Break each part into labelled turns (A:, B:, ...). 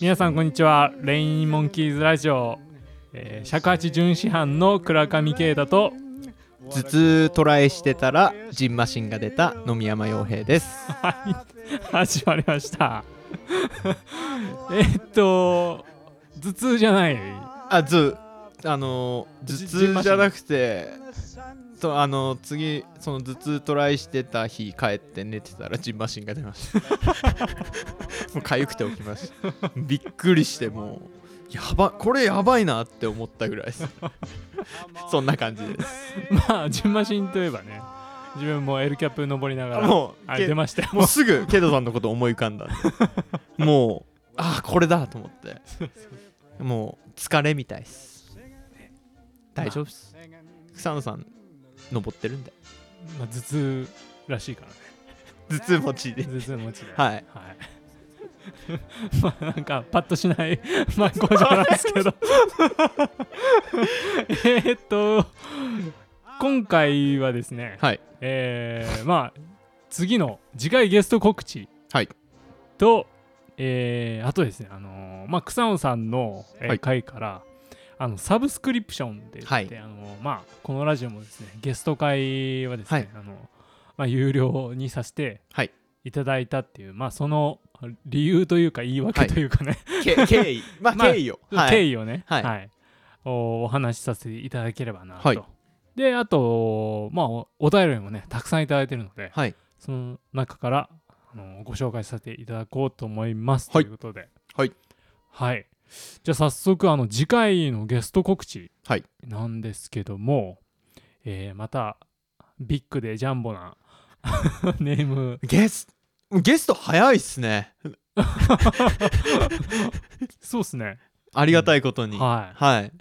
A: 皆さんこんにちはレインモンキーズラジオ、えー、尺八巡師班の倉上慶太と
B: 頭痛トライしてたらジンマシンが出た野見山洋平です
A: はい始まりましたえっと頭痛じゃない
B: あずあの頭痛じゃなくてとあの次その頭痛トライしてた日帰って寝てたらジンマシンが出ま したもう痒くて起きましたびっくりしてもうやばこれやばいなって思ったぐらいです そんな感じです
A: まあジンマシンといえばね自分も L キャップ登りながら
B: もう
A: あ
B: け
A: 出ましたよ
B: もうすぐケイトさんのこと思い浮か んだんでもうああこれだと思ってもう疲れみたいです大丈夫っす草野さん登ってるんで
A: まあ、頭痛らしいからね
B: 頭痛持ちで
A: 頭痛持ちで
B: はい
A: はい まあなんかパッとしない まあ工場なんです けどえーっと今回はですね、
B: はい
A: えーまあ次の次回ゲスト告知
B: はい
A: と、えーあとですねあのーまあ草野さんの、えー
B: はい
A: 回からあのサブスクリプションで言って、
B: はい
A: あのーまあこのラジオもですねゲスト会はですね、
B: はい
A: あのまあ有料にさせて
B: はい
A: いただいたっていうまあその理由というか言い訳
B: はい
A: というかね、
B: け経緯まあ
A: まあ
B: 経緯を、 はい、
A: 経緯をね、
B: はい
A: おお話しさせていただければなと。
B: はい
A: であとまあおお便りもねたくさんいただいてるので、
B: はい
A: その中からあのご紹介させていただこうと思います、
B: はい
A: ということでは
B: はい、
A: はい、じゃあ早速あの次回のゲスト告知
B: はい
A: なんですけども、えーまたビッグでジャンボな ネーム
B: ゲスゲスト早いっすね
A: そうですね
B: ありがたいことに、はい
A: はい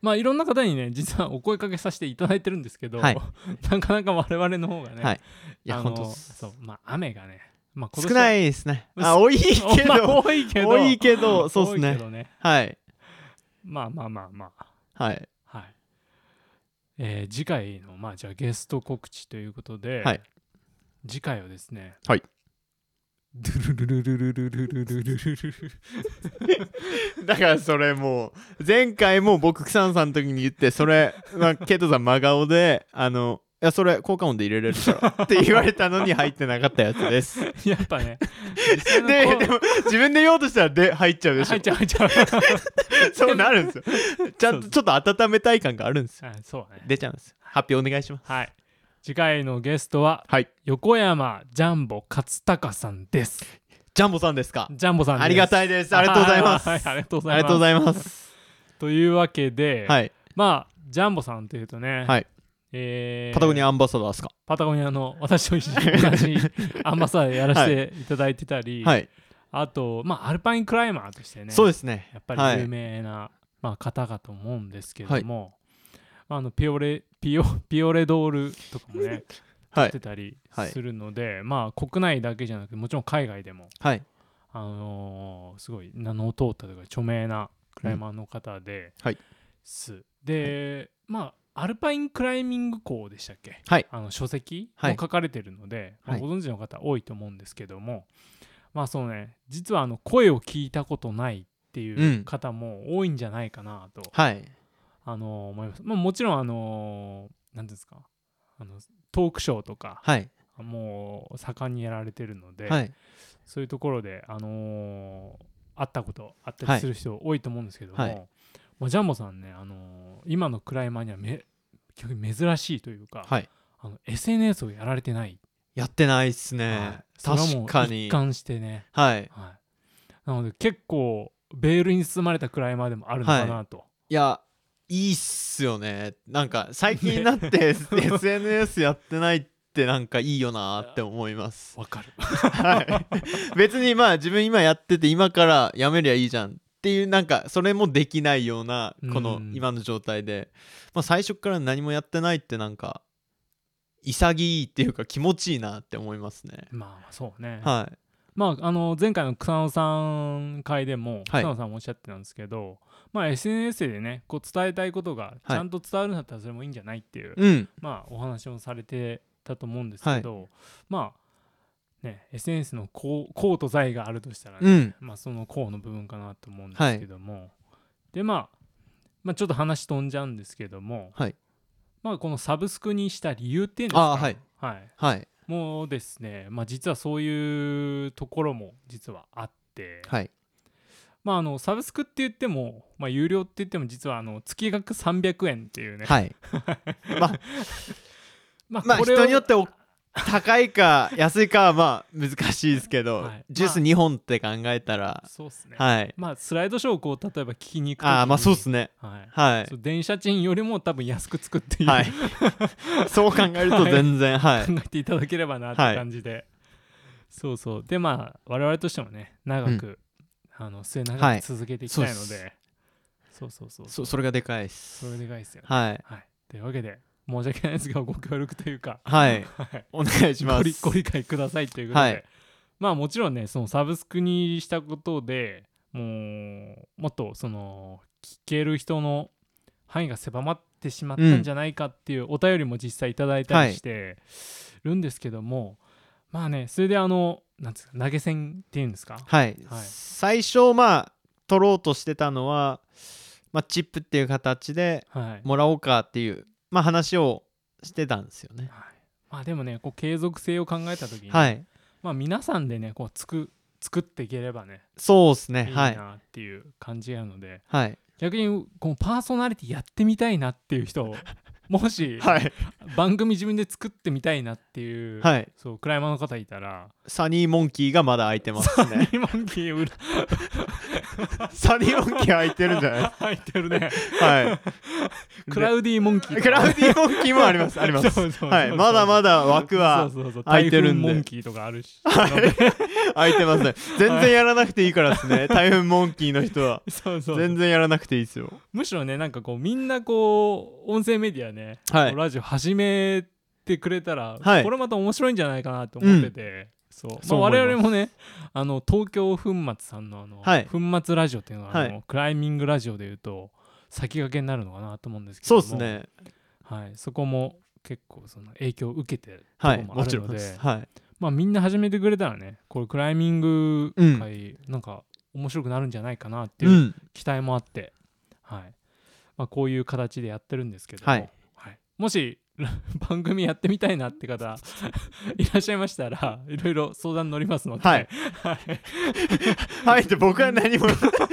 A: まあいろんな方にね実はお声かけさせていただいてるんですけど、
B: はい
A: なかなか我々の方がね、
B: はいいや
A: あの
B: 本当
A: そうまあ雨がね、まあ、
B: 少ないいですね
A: うん
B: あ多いけ
A: まあ
B: ど
A: 多いけど
B: 多いけどそうっす
A: 多いけ
B: ね
A: どね
B: はい
A: まあまあまあまあ
B: はい
A: はい。えー次回の、まあ、じゃあゲスト告知ということで、
B: はい
A: 次回はですね、
B: はい。
A: ドゥルルルルルルルルルルルルル
B: だからそれもう前回も僕草野さんの時に言ってそれ、まあ、ケイトさん真顔であのいやそれ効果音で入れれるでしょって言われたのに入ってなかったや つですで
A: やっぱね、
B: でも自分で言おうとしたらで入っちゃうでしょ
A: 入っちゃう、入っちゃう。
B: そうなるん ですよちゃんとちょっと温めたい感があるんですよ
A: あそうね。
B: 出ちゃうんですよ発表お願いします
A: はい。次回のゲストは、
B: はい
A: 横山ジャンボ勝隆さんです。
B: ジャンボさんですか
A: ジャンボさんです。
B: ありが
A: い
B: たいですありがとうございます
A: は
B: あ
A: い、ありがとうございます。
B: りがとうございます
A: というわけで、
B: はい
A: まあ、ジャンボさんというとね、
B: はい
A: えー
B: パタゴニアアンバサダーですか
A: パタゴニアの私と一緒に同じアンバサダーやらせていただいてたり、
B: はい
A: あと、まあ、アルパインクライマーとしてね
B: そうですね
A: やっぱ
B: は
A: り
B: い
A: 有名な、まあ、方かと思うんですけれども、まあ、あのピオレピオピオレドールとかもね
B: は
A: 出
B: い
A: てたり
B: はい
A: するので、まあ、国内だけじゃなくてもちろん海外でも、
B: はい
A: あのーすごい名の通ったというか著名なクライマーの方で
B: はい
A: す。で、まあアルパインクライミング校でしたっけ、
B: はい
A: あの書籍
B: は
A: も
B: い
A: 書かれてるので、まあ
B: はい
A: ご存知の方多いと思うんですけども、まあそのね実はあの声を聞いたことないっていう方も多いんじゃないかなと、
B: はい
A: あのー思います。まあ、もちろんあのーなんていうんですかあのトークショーとか
B: はい
A: もう盛んにやられてるので、
B: はい
A: そういうところで、あのー会ったことあった
B: は
A: り
B: い
A: する人多いと思うんですけども、
B: はい
A: まあ、ジャンボさんね、あのー今のクライマーにはめ逆に珍しいというか、
B: はい
A: あの SNS をやられてない、
B: やってないっす
A: はい
B: ね。
A: それはも
B: 確
A: う
B: かに
A: 一。貫してね、
B: はい。
A: はい、なので結構ベールに包まれたクライマーでもあるのかなと、
B: いや、いいっすよね。なんか最近になって SNS やってないってなんかいいよなーって思いま す。
A: わかる
B: はい。別にまあ自分今やってて今からやめりゃいいじゃんっていうなんかそれもできないようなこの
A: うん
B: 今の状態で、まあ最初から何もやってないってなんか潔いっていうか気持ちいいなって思いますね。
A: まあそうね、
B: はい。
A: まあ、あの前回の草野さん会でも
B: はい
A: 草野さんもおっしゃってたんですけど、まあ、SNS でねこう伝えたいことがちゃんと伝わるんだったらそれもいいんじゃないっていう、
B: うん。
A: まあ、お話もされてたと思うんですけど、まあね、SNS の功功と財があるとしたらね、
B: うん
A: まあ、その功の部分かなと思うんですけども、で、まあ、まあちょっと話飛んじゃうんですけども、
B: はい
A: まあ、このサブスクにした理由っていうんですか
B: あーはい
A: はい、
B: はい
A: もうですね、まあ、実はそういうところも実はあって、
B: はい
A: まあ、あのサブスクって言っても、まあ、有料って言っても実はあの月額300円っていうね、
B: はい
A: ま
B: まあ
A: これを
B: 人によってお高いか安いかはまあ難しいですけど、
A: はい
B: ジュース
A: まあ
B: 2本って考えたら、
A: そうっすね、
B: はい
A: まあスライドショーをこう例えば聞きに行くときに
B: ああまあそうですね
A: はい
B: は
A: そう電車賃よりも多分安くつくってい、
B: いうはいそう考えると全然はい
A: 考えていただければなって
B: はい
A: 感じで、そうそうでまあ我々としてもね長く、あの末
B: は
A: 永
B: い
A: く続けていきたいの
B: そう
A: で、
B: っ
A: そうそう そう
B: そそれがでかいっ
A: そ
B: す
A: れでかいですよね
B: はい
A: はい、というわけで申し訳ないですがご協力というか
B: はい
A: はい
B: お願いしま
A: ご
B: す
A: 理 ご理解くださいということで、
B: はい
A: まあもちろんねそのサブスクにしたことでもうもっとその聞ける人の範囲が狭まってしまったんじゃないかっていうお便りも実際いただいたりしてるんですけども、まあねそれであのなんつうか投げ銭っていうんですか、
B: はい、
A: はい
B: 最初まあ取ろうとしてたのは、まあ、チップっていう形で
A: はい
B: もらおうかっていう、まあ、話をしてたんですよね。
A: はいまあでもねこう継続性を考えた時に、
B: はい
A: まあ皆さんでねこうつく作っていければね
B: そうですね
A: いい
B: はい
A: なっていう感じなので、
B: はい
A: 逆にこのパーソナリティやってみたいなっていう 人もし、
B: はい
A: 番組自分で作ってみたいなっていう、
B: はい
A: そうクライマーの方いたら
B: サニーモンキーがまだ空いてますね
A: 今のキー裏
B: サニーモンキー空いてるんじゃない で
A: 入ってるね
B: すかは
A: クラウディモンキー
B: い クラウディモンキーもありますあ りますはいまだま
A: だ
B: だ枠は
A: そうそうそう
B: 空いてるん
A: 台
B: で
A: 風モンキーとかあるし、
B: 空いてますね全然やらなくていいからですね台風モンキーの人は
A: そうそう
B: 全然やらなくていいですよ
A: むしろねなんかこうみんなこう音声メディアね、
B: はい
A: ラジオ始めてくれたら、
B: はい
A: これまた面白いんじゃないかなと思ってて、そう
B: そう
A: まあ
B: 思います
A: 我々もねあの東京粉末さんのあの、
B: はい
A: 粉末ラジオっていうのはあの、
B: は
A: クライミングラジオでいうと先駆けになるのかなと思うんですけど
B: そ
A: も
B: うです、ね
A: はい、そこも結構その影響を受けてるとこ
B: は
A: ろ
B: い
A: もあ
B: もち
A: る
B: ろ
A: の
B: んで
A: で、
B: すはい
A: まあ、みんな始めてくれたらねこれクライミング界、なんか面白くなるんじゃないかなっていう
B: うん
A: 期待もあって、はいまあ、こういう形でやってるんですけども、
B: はい
A: はいもし ら番組やってみたいなって方 いらっしゃいましたらいろいろ相談乗りますので、
B: はい
A: はい
B: はいって僕は何も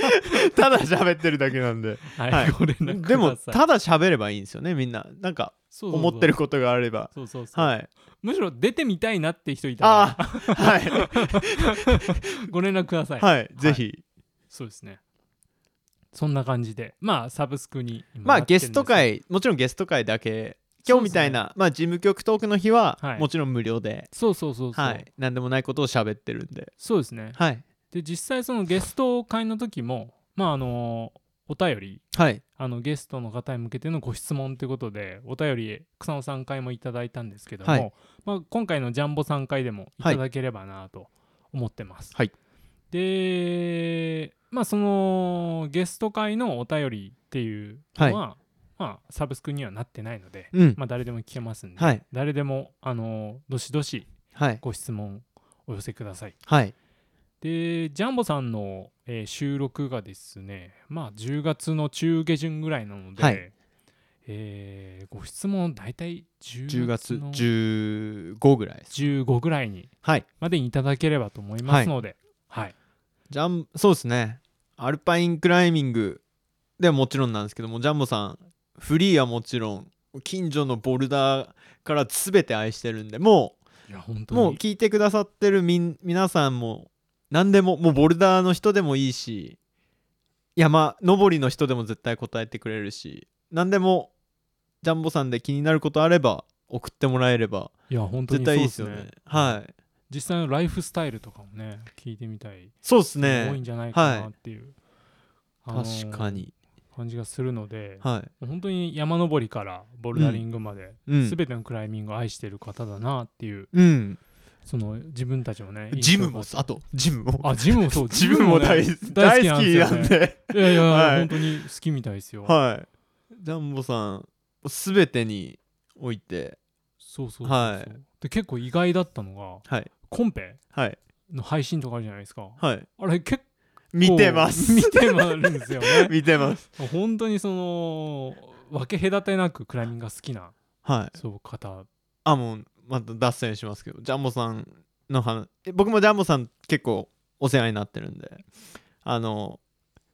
B: ただ喋ってるだけなんで
A: はい
B: はい
A: ご連絡ください
B: でもただ喋ればいいんですよねみんななんか
A: そうそうそう
B: 思ってることがあれば
A: そうそうそう
B: はい
A: むしろ出てみたいなって人いた
B: あ
A: ら
B: あは
A: ご連絡ください、
B: いはいぜひ
A: そうですねそんな感じでまあサブスクに今
B: まあ
A: なってるんです
B: ゲス
A: けど
B: ト会もちろんゲスト会だけ
A: そう
B: 今
A: ですね
B: 日みたいなまあ事務局トークの日は
A: はい
B: もちろん無料で
A: そうそうそうそう、
B: はい何でもないことを喋ってるんで
A: そうですね
B: はい
A: で実際そのゲスト会の時もまああのお便り
B: はい
A: あのゲストの方へ向けてのご質問ということでお便り草野さん回もいただいたんですけども、
B: はい
A: まあ、今回のジャンボさん回でもい
B: はい
A: ただければなと思ってます。
B: はい
A: でまあそのゲスト会のお便りっていうのは、まあ、サブスクにはなってないので、
B: うん
A: まあ、誰でも聞けますんで、
B: はい
A: 誰でもあのどしどし
B: はい
A: ご質問お寄せください。
B: はい
A: でジャンボさんの、えー収録がですねまあ10月の中下旬ぐらいなので、
B: はい
A: えーご質問大体
B: 10
A: 10
B: 月
A: 月の
B: 15ぐらいです
A: 15ぐらいに
B: はい
A: までにいただければと思いますので、はい
B: ジャンそうですねアルパインクライミングではもちろんなんですけどもジャンボさんフリーはもちろん近所のボルダーから全て愛してるんでも
A: い、や本
B: う
A: 当に
B: もう聞いてくださってるみん皆さんも何でももうボルダーの人でもいいし山登りの人でも絶対答えてくれるし何でもジャンボさんで気になることあれば送ってもらえれば
A: いや本当
B: 絶
A: にそう
B: 対いい
A: で
B: です
A: す
B: よ
A: ね
B: ねはい
A: 実際のライフスタイルとかもね聞いてみたい、
B: そうで
A: 多
B: す
A: いん
B: ね
A: じゃないかなっていう、あのー
B: 確かに
A: 感じがするので、
B: はい
A: 本当に山登りからボルダリングまで、
B: うん
A: 全てのクライミングを愛してる方だなっていう
B: うん
A: その自分たちもね
B: ジムも
A: 印象が
B: あとジムも
A: あジムもそう
B: ジムも
A: ね
B: 大大好きなん
A: すよねい
B: で
A: やいや、
B: はい
A: 本当に好きみたいですよ、
B: はいジャンボさん全てにおいて
A: そうそうそうそう
B: はい
A: で結構意外だったのが
B: はい
A: コンペ
B: はい
A: の配信とかあるじゃないですか
B: はい
A: あれ結構
B: 見てます
A: 見てまるんですよね
B: 見てます
A: 本当にその分け隔てなくクライミングが好きな
B: はい
A: そう方
B: あもうまた脱線しますけどジャンボさんの話え僕もジャンボさん結構お世話になってるんであの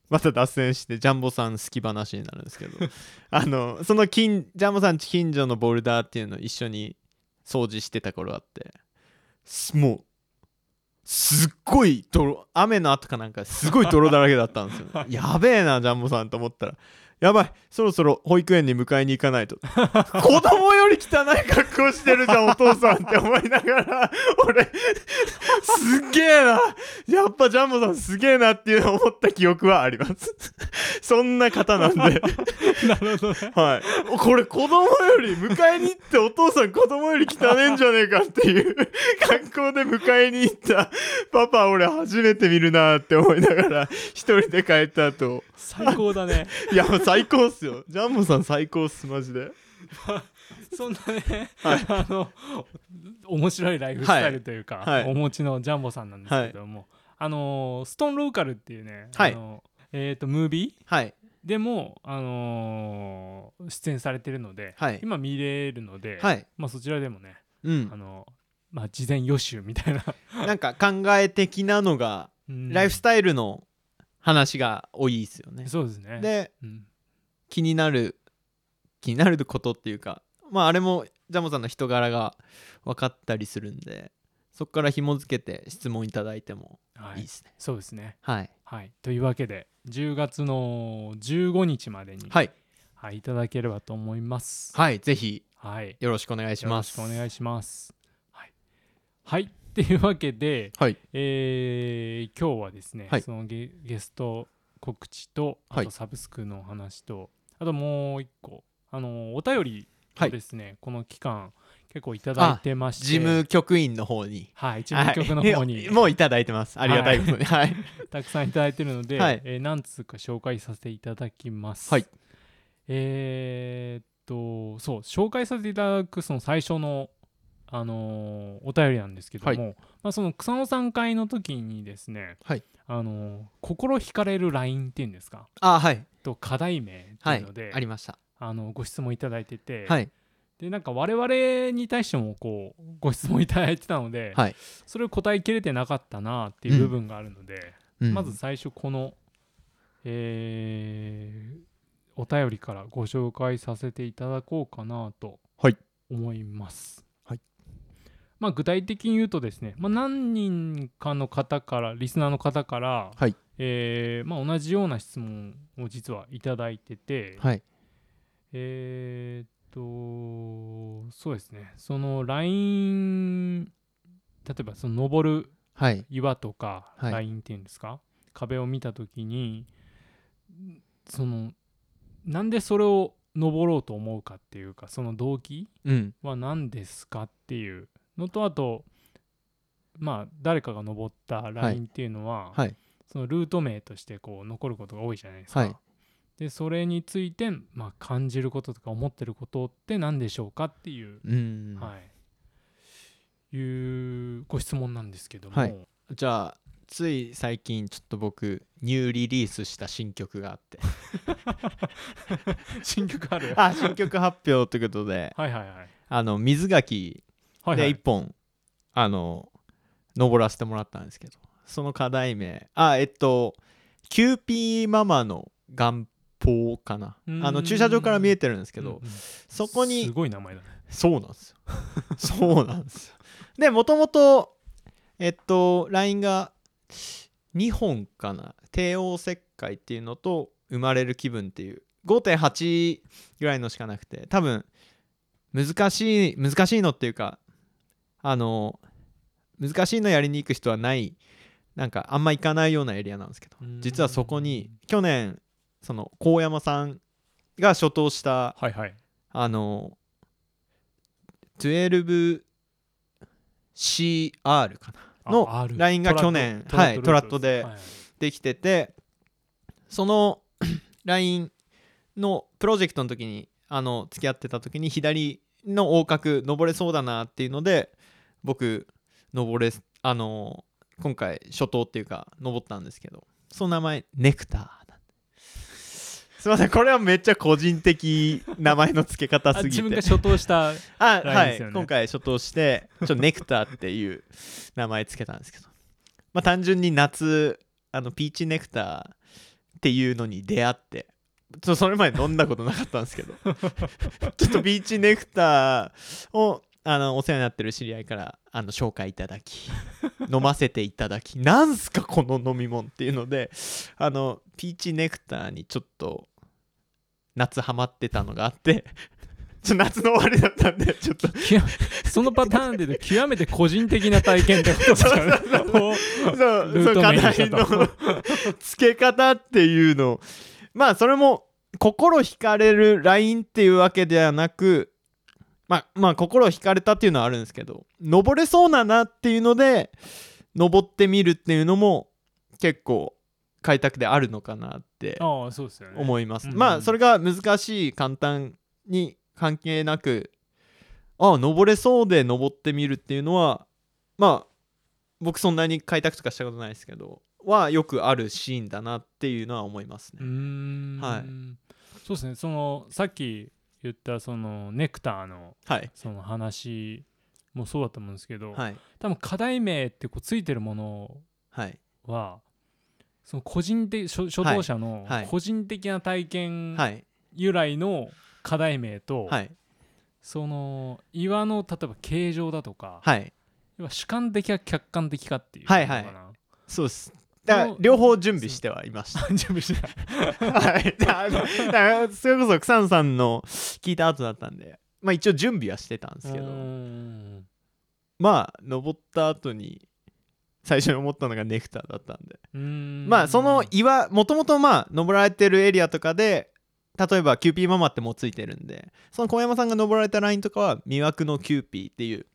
B: また脱線してジャンボさん好き話になるんですけど あのその近ジャンボさん家近所のボルダーっていうのを一緒に掃除してた頃あってすもうすっごい泥雨の後かなんかすごい泥だらけだったんですよ、 ね、やべえなジャンボさんと思ったらやばいそろそろ保育園に迎えに行かないと子供より汚い格好してるじゃんお父さんって思いながら俺すっげえなやっぱジャンボさんすげえなっていうのを思った記憶はありますそんな方 なんで
A: なるほどね
B: はいこれ子供より迎えに行ってお父さん子供より汚えんじゃねえかっていう格好で迎えに行ったパパ俺初めて見るなって思いながら一人で帰った後
A: 最高だね
B: いやもう最高っすよジャンボさん最高っすマジで
A: そんなね、あの面白いライフスタイルというか、
B: はいはい
A: お持ちのジャンボさんなんですけども、あのストーンローカルっていうね、
B: はい
A: あのえー、とムービー
B: はい
A: でも、あの出演されてるので、
B: はい
A: 今見れるので、
B: はい
A: まあ、そちらでもね、
B: うん
A: あのまあ、事前予習みたいな、
B: なんか考え的なのが
A: うん
B: ライフスタイルの話が多いですよね。
A: そうですね
B: で
A: うん
B: 気になる気になることっていうかまああれもジャモさんの人柄が分かったりするんでそこから紐付けて質問いただいても
A: はい
B: い
A: い
B: で、すね。
A: そうですね
B: はい、
A: はい、というわけで10月の15日までに、
B: はい
A: はい、いただければと思います。
B: はい、ぜひ
A: はい、
B: よろしくお願いし
A: よろ
B: ま
A: し
B: す。
A: くお願い
B: し
A: します。はい、はい、っていうわけで、
B: はい
A: えー今日はですね、
B: はい
A: そのゲゲスト告知とあ
B: は
A: と
B: い
A: サブスクの話と、あともう一個あのお便りをですね、この期間結構いただいてまして
B: 事務局員の方に。
A: はい事務局の
B: はい
A: 方に
B: もう いただいてます。ありがたいことに。はい。
A: たくさんいただいてるので、
B: はい
A: えー何通か紹介させていただきます。
B: はい
A: えーっとそう紹介させていただくその最初の、あのーお便りなんですけども、
B: はい
A: まあ、その草野さん会の時にですね、
B: はい
A: あのー心惹かれる LINE っていうんですか
B: あ、はい。
A: と課題名って
B: は
A: いう
B: い
A: ので、。
B: ありました。
A: あのご質問いただいてて、
B: はい。
A: でなんか我々に対してもこうご質問いただいてたので、
B: はい
A: それを答えきれてなかったなっていう部分があるので。
B: うん
A: まず最初この、えーお便りからご紹介させていただこうかなと
B: はい
A: 思います。
B: はい
A: まあ、具体的に言うとですね、まあ、何人かの方からリスナーの方から、
B: はい
A: えーまあ、同じような質問を実はいただいてて、
B: はい。
A: えーっとそうですねその LINE 例えばその登る
B: はい。
A: 岩とか
B: はい
A: ラインっていうんですか、壁を見た時にんそのなんでそれを登ろうと思うかっていうかその動機
B: うん。
A: は何ですかっていうのとあとまあ誰かが登ったラインっていうのは、
B: はい。
A: そのルート名としてこう残ることが多いじゃないですか。
B: はい
A: でそれについて、まあ、感じることとか思ってることって何でしょうかっていう
B: うん。
A: はい、いうご質問なんですけども、
B: はいじゃあつい最近ちょっと僕ニューリリースした新曲があって
A: 新曲ある
B: あ新曲発表ということで
A: はいはいはい。
B: あの水垣
A: はいは
B: で
A: い
B: 一本、あの登らせてもらったんですけどその課題名あえっとキューピーママの願望かな
A: うーん
B: あの駐車場から見えてるんですけ
A: うん
B: ど、
A: うん
B: そこ
A: す
B: に
A: ごい名前だね。
B: そうなんですよそうなんですよでもともとえっと LINE が2本かな帝王切開っていうのと生まれる気分っていう5.8ぐらいのしかなくて多分難しい難しいのっていうかあの難しいのやりに行く人はないなんかあんま行かないようなエリアなんですけど
A: うん
B: 実はそこに去年その高山さんが初頭した
A: はいはい。
B: あの 12CR かなの
A: あ R
B: ラインが去年はいトラットで
A: はいはい
B: できててその ラインのプロジェクトの時にあの付き合ってた時に左の横隔登れそうだなっていうので僕登れあの今回初頭っていうか登ったんですけどその名前ネクターなんですすいませんこれはめっちゃ個人的名前の付け方
A: あ
B: すぎ
A: 自分
B: て
A: が初頭した
B: あ、
A: ライン
B: は
A: ですよ
B: い
A: ね
B: 今回初頭してちょっとネクターっていう名前つけたんですけどまあ単純に夏あのピーチネクターっていうのに出会ってちょそれまで飲んだことなかったんですけど ちょっとピーチネクターをあのお世話になってる知り合いからあの紹介いただき飲ませていただき なんすかこの飲み物っていうのであのピーチネクターにちょっと夏ハマってたのがあって ちょ夏の終わりだったんでちょっと
A: きわそのパターンで言うと極めて個人的な体験ってことですよね。こ
B: そうう
A: ル
B: そ
A: ー
B: う
A: ト
B: 課
A: 名に
B: 題
A: したと
B: の付け方っていうのをまあそれも心惹かれるラインっていうわけではなくまあまあ心惹かれたっていうのはあるんですけど登れそうだなっていうので登ってみるっていうのも結構開拓であるのかなって
A: ああそうですよね。
B: 思います、
A: うん
B: まあそれが難しい簡単に関係なくああ登れそうで登ってみるっていうのはまあ僕そんなに開拓とかしたことないですけどはよくあるシーンだなっていうのは思います
A: うー
B: ね、
A: ん、
B: はい
A: そうですねそのさっき言ったそのネクターの
B: はい
A: その話もそうだと思うんですけど、
B: はい
A: 多分課題名ってこうついてるもの
B: はい
A: はその個人的初初等者の
B: はいはい
A: 個人的な体験
B: はい
A: 由来の課題名と、
B: はい
A: その岩の例えば形状だとか、
B: はい
A: 要は主観的か客観的かっていう
B: はいはい
A: のかな
B: そうですだから両方準備してはいました
A: 準備してない
B: はい、だだからそれこそ草野さんの聞いた後だったんでまあ一応準備はしてたんですけ
A: うー
B: ど
A: ん
B: まあ登った後に最初に思ったのがネクターだったんで
A: うーん
B: まあその岩もともとまあ登られてるエリアとかで例えばキューピーママってもうついてるんでその小山さんが登られたラインとかは魅惑のキューピーっていう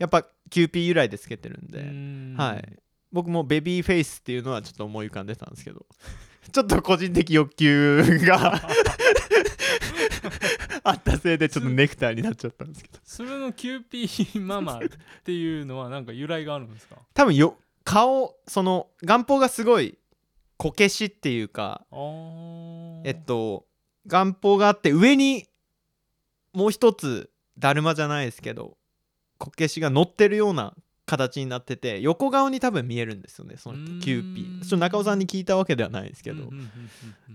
B: やっぱキューピー由来でつけてるん
A: う
B: で、
A: ーん
B: はい僕もベビーフェイスっていうのはちょっと思い浮かんでたんですけど ちょっと個人的欲求が あったせいでちょっとネクターになっちゃったんですけど
A: それのキューピーママっていうのはなんか由来があるんですか
B: 多分よ顔その眼泡がすごいこけしっていうか
A: あー
B: えっと眼泡があって上にもう一つだるまじゃないですけどこけしが乗ってるような形になってて横顔に多分見えるんですよねその
A: うーん
B: キューピーちょっと中尾さんに聞いたわけではないですけど、
A: うんうんうんうん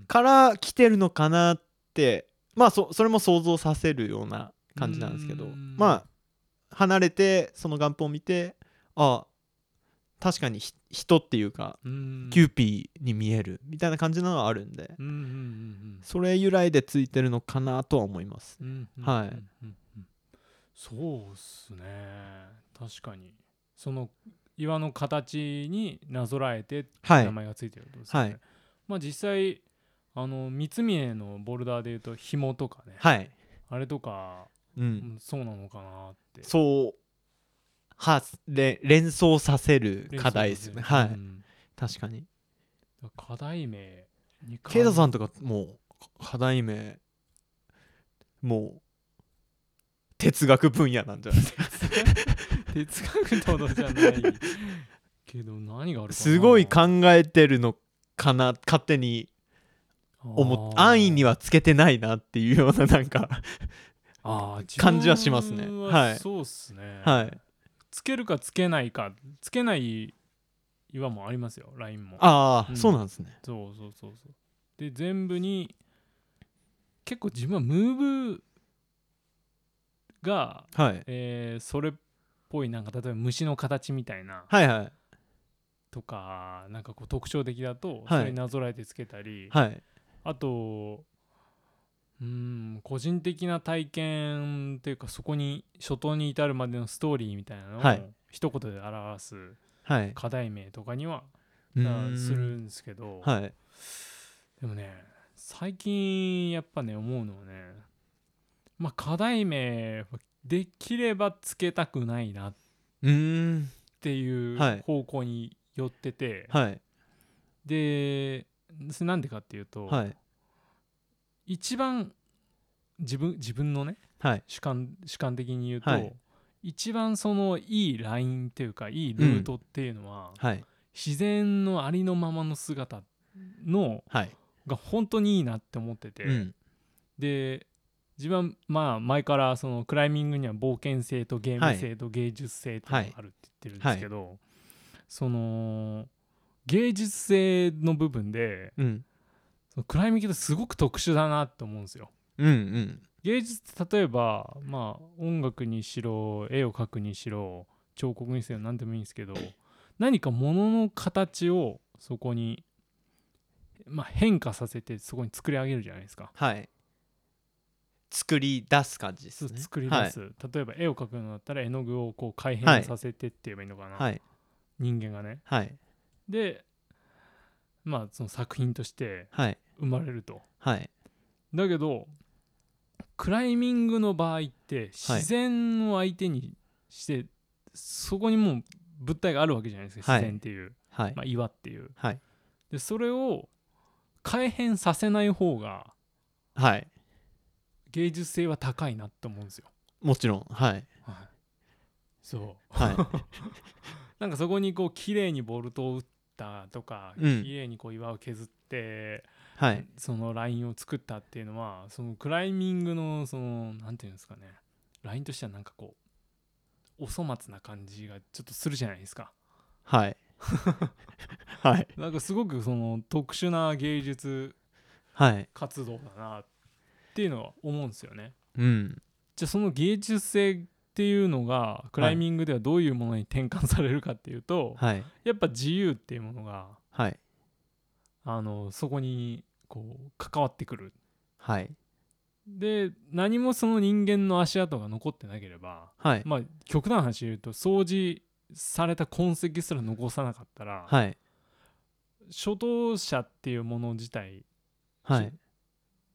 B: から来てるのかなってまあそそれも想像させるような感じなんですけど
A: うん
B: まあ離れてその眼泡を見てあ確かにひ人っていうか
A: うんうん
B: キューピーに見えるみたいな感じなのはあるんで
A: うんうんうん
B: それ由来でついてるのかなとは思います
A: うんうんうん
B: は
A: う
B: い
A: んうんうんそうっすね確かにその岩の形になぞらえて
B: は
A: 名
B: い
A: 前がついてるってことですよね、
B: はい
A: まあ実際あの三峰のボルダーでいうと紐とかね、
B: はい
A: あれとか
B: うん
A: うんそうなのかなって
B: そうはれ連想させる課題ですよね
A: 連想
B: は
A: するう
B: い
A: ん
B: 確かに
A: 課題名に関
B: ケイタさんとかもう課題名もう哲学分野なんじゃないですか
A: 哲学ってことじゃないけど何があるかな
B: すごい考えてるのかな勝手に思っ安易に
A: は
B: はつけてないなっていうようななん か感じはしますねはい
A: そうっすね、
B: はい
A: つけるかつけないかつけない岩もありますよラインも
B: ああ、
A: うん
B: そうなんですね
A: そうそうそうそうで全部に結構自分はムーブが、
B: はい
A: えーそれっぽいなんか例えば虫の形みたいな
B: はいはい
A: とかなんかこう特徴的だと
B: はい
A: それになぞらえてつけたり、
B: はい
A: あとうーん個人的な体験っていうかそこに初頭に至るまでのストーリーみたいなのを、
B: はい
A: 一言で表す
B: はい
A: 課題名とかには
B: う
A: あ
B: ーん
A: するんですけど、
B: はい
A: でもね最近やっぱね思うのはねまあ課題名はできればつけたくないなっ
B: うーん
A: てい
B: は
A: う
B: い
A: 方向に寄ってて、
B: はい
A: でそれなんでかっていうと、
B: はい
A: 一番自分自分のね
B: はい
A: 主観主観的に言うと、
B: はい
A: 一番そのいいラインっていうかいいルートっていうのは、
B: はい
A: 自然のありのままの姿の
B: はい、
A: が本当にいいなって思ってて、
B: うん
A: で自分はまあ前からそのクライミングには冒険性とゲーム性と芸術性っていうのがあるって言ってるんですけど、その芸術性の部分で
B: うん
A: そのクライミングってすごく特殊だなって思うんですよ。
B: うんうん
A: 芸術って例えばまあ音楽にしろ絵を描くにしろ彫刻にせよ何でもいいんですけど何か物の形をそこに、まあ、変化させてそこに作り上げるじゃないですか。
B: はい作り出す感じです
A: そう
B: ね
A: 作り出す、例えば絵を描くのだったら絵の具をこう改変させてって言えばいいのかな、
B: はい
A: 人間がね
B: はい
A: でまあその作品として
B: はい
A: 生まれると
B: はい
A: だけどクライミングの場合って自然を相手にして、そこにもう物体があるわけじゃないですか
B: はい
A: 自然っていう、
B: はい
A: まあ、岩っていう
B: はい
A: でそれを改変させない方が
B: はい
A: 芸術性は高いなって思うんですよ、
B: もちろんはい
A: はい、そう
B: はい
A: なんかそこにこう綺麗にボルトを打ったとか、
B: うん
A: 綺麗にこう岩を削って、
B: はい
A: そのラインを作ったっていうのはそのクライミングのそのなんていうんですかねラインとしてはなんかこうお粗末な感じがちょっとするじゃないですか
B: はいはい
A: なんかすごくその特殊な芸術
B: はい
A: 活動だなっていうのは思うんですよね
B: うん
A: じゃあその芸術性っていうのがクライミングではどういうものに転換されるかっていうと、
B: はい
A: やっぱ自由っていうものが
B: はい
A: あのそこにこう関わってくる
B: はい
A: で何もその人間の足跡が残ってなければ
B: はい
A: まあ極端な話で言うと掃除された痕跡すら残さなかったら、
B: はい
A: 初等者っていうもの自体
B: はい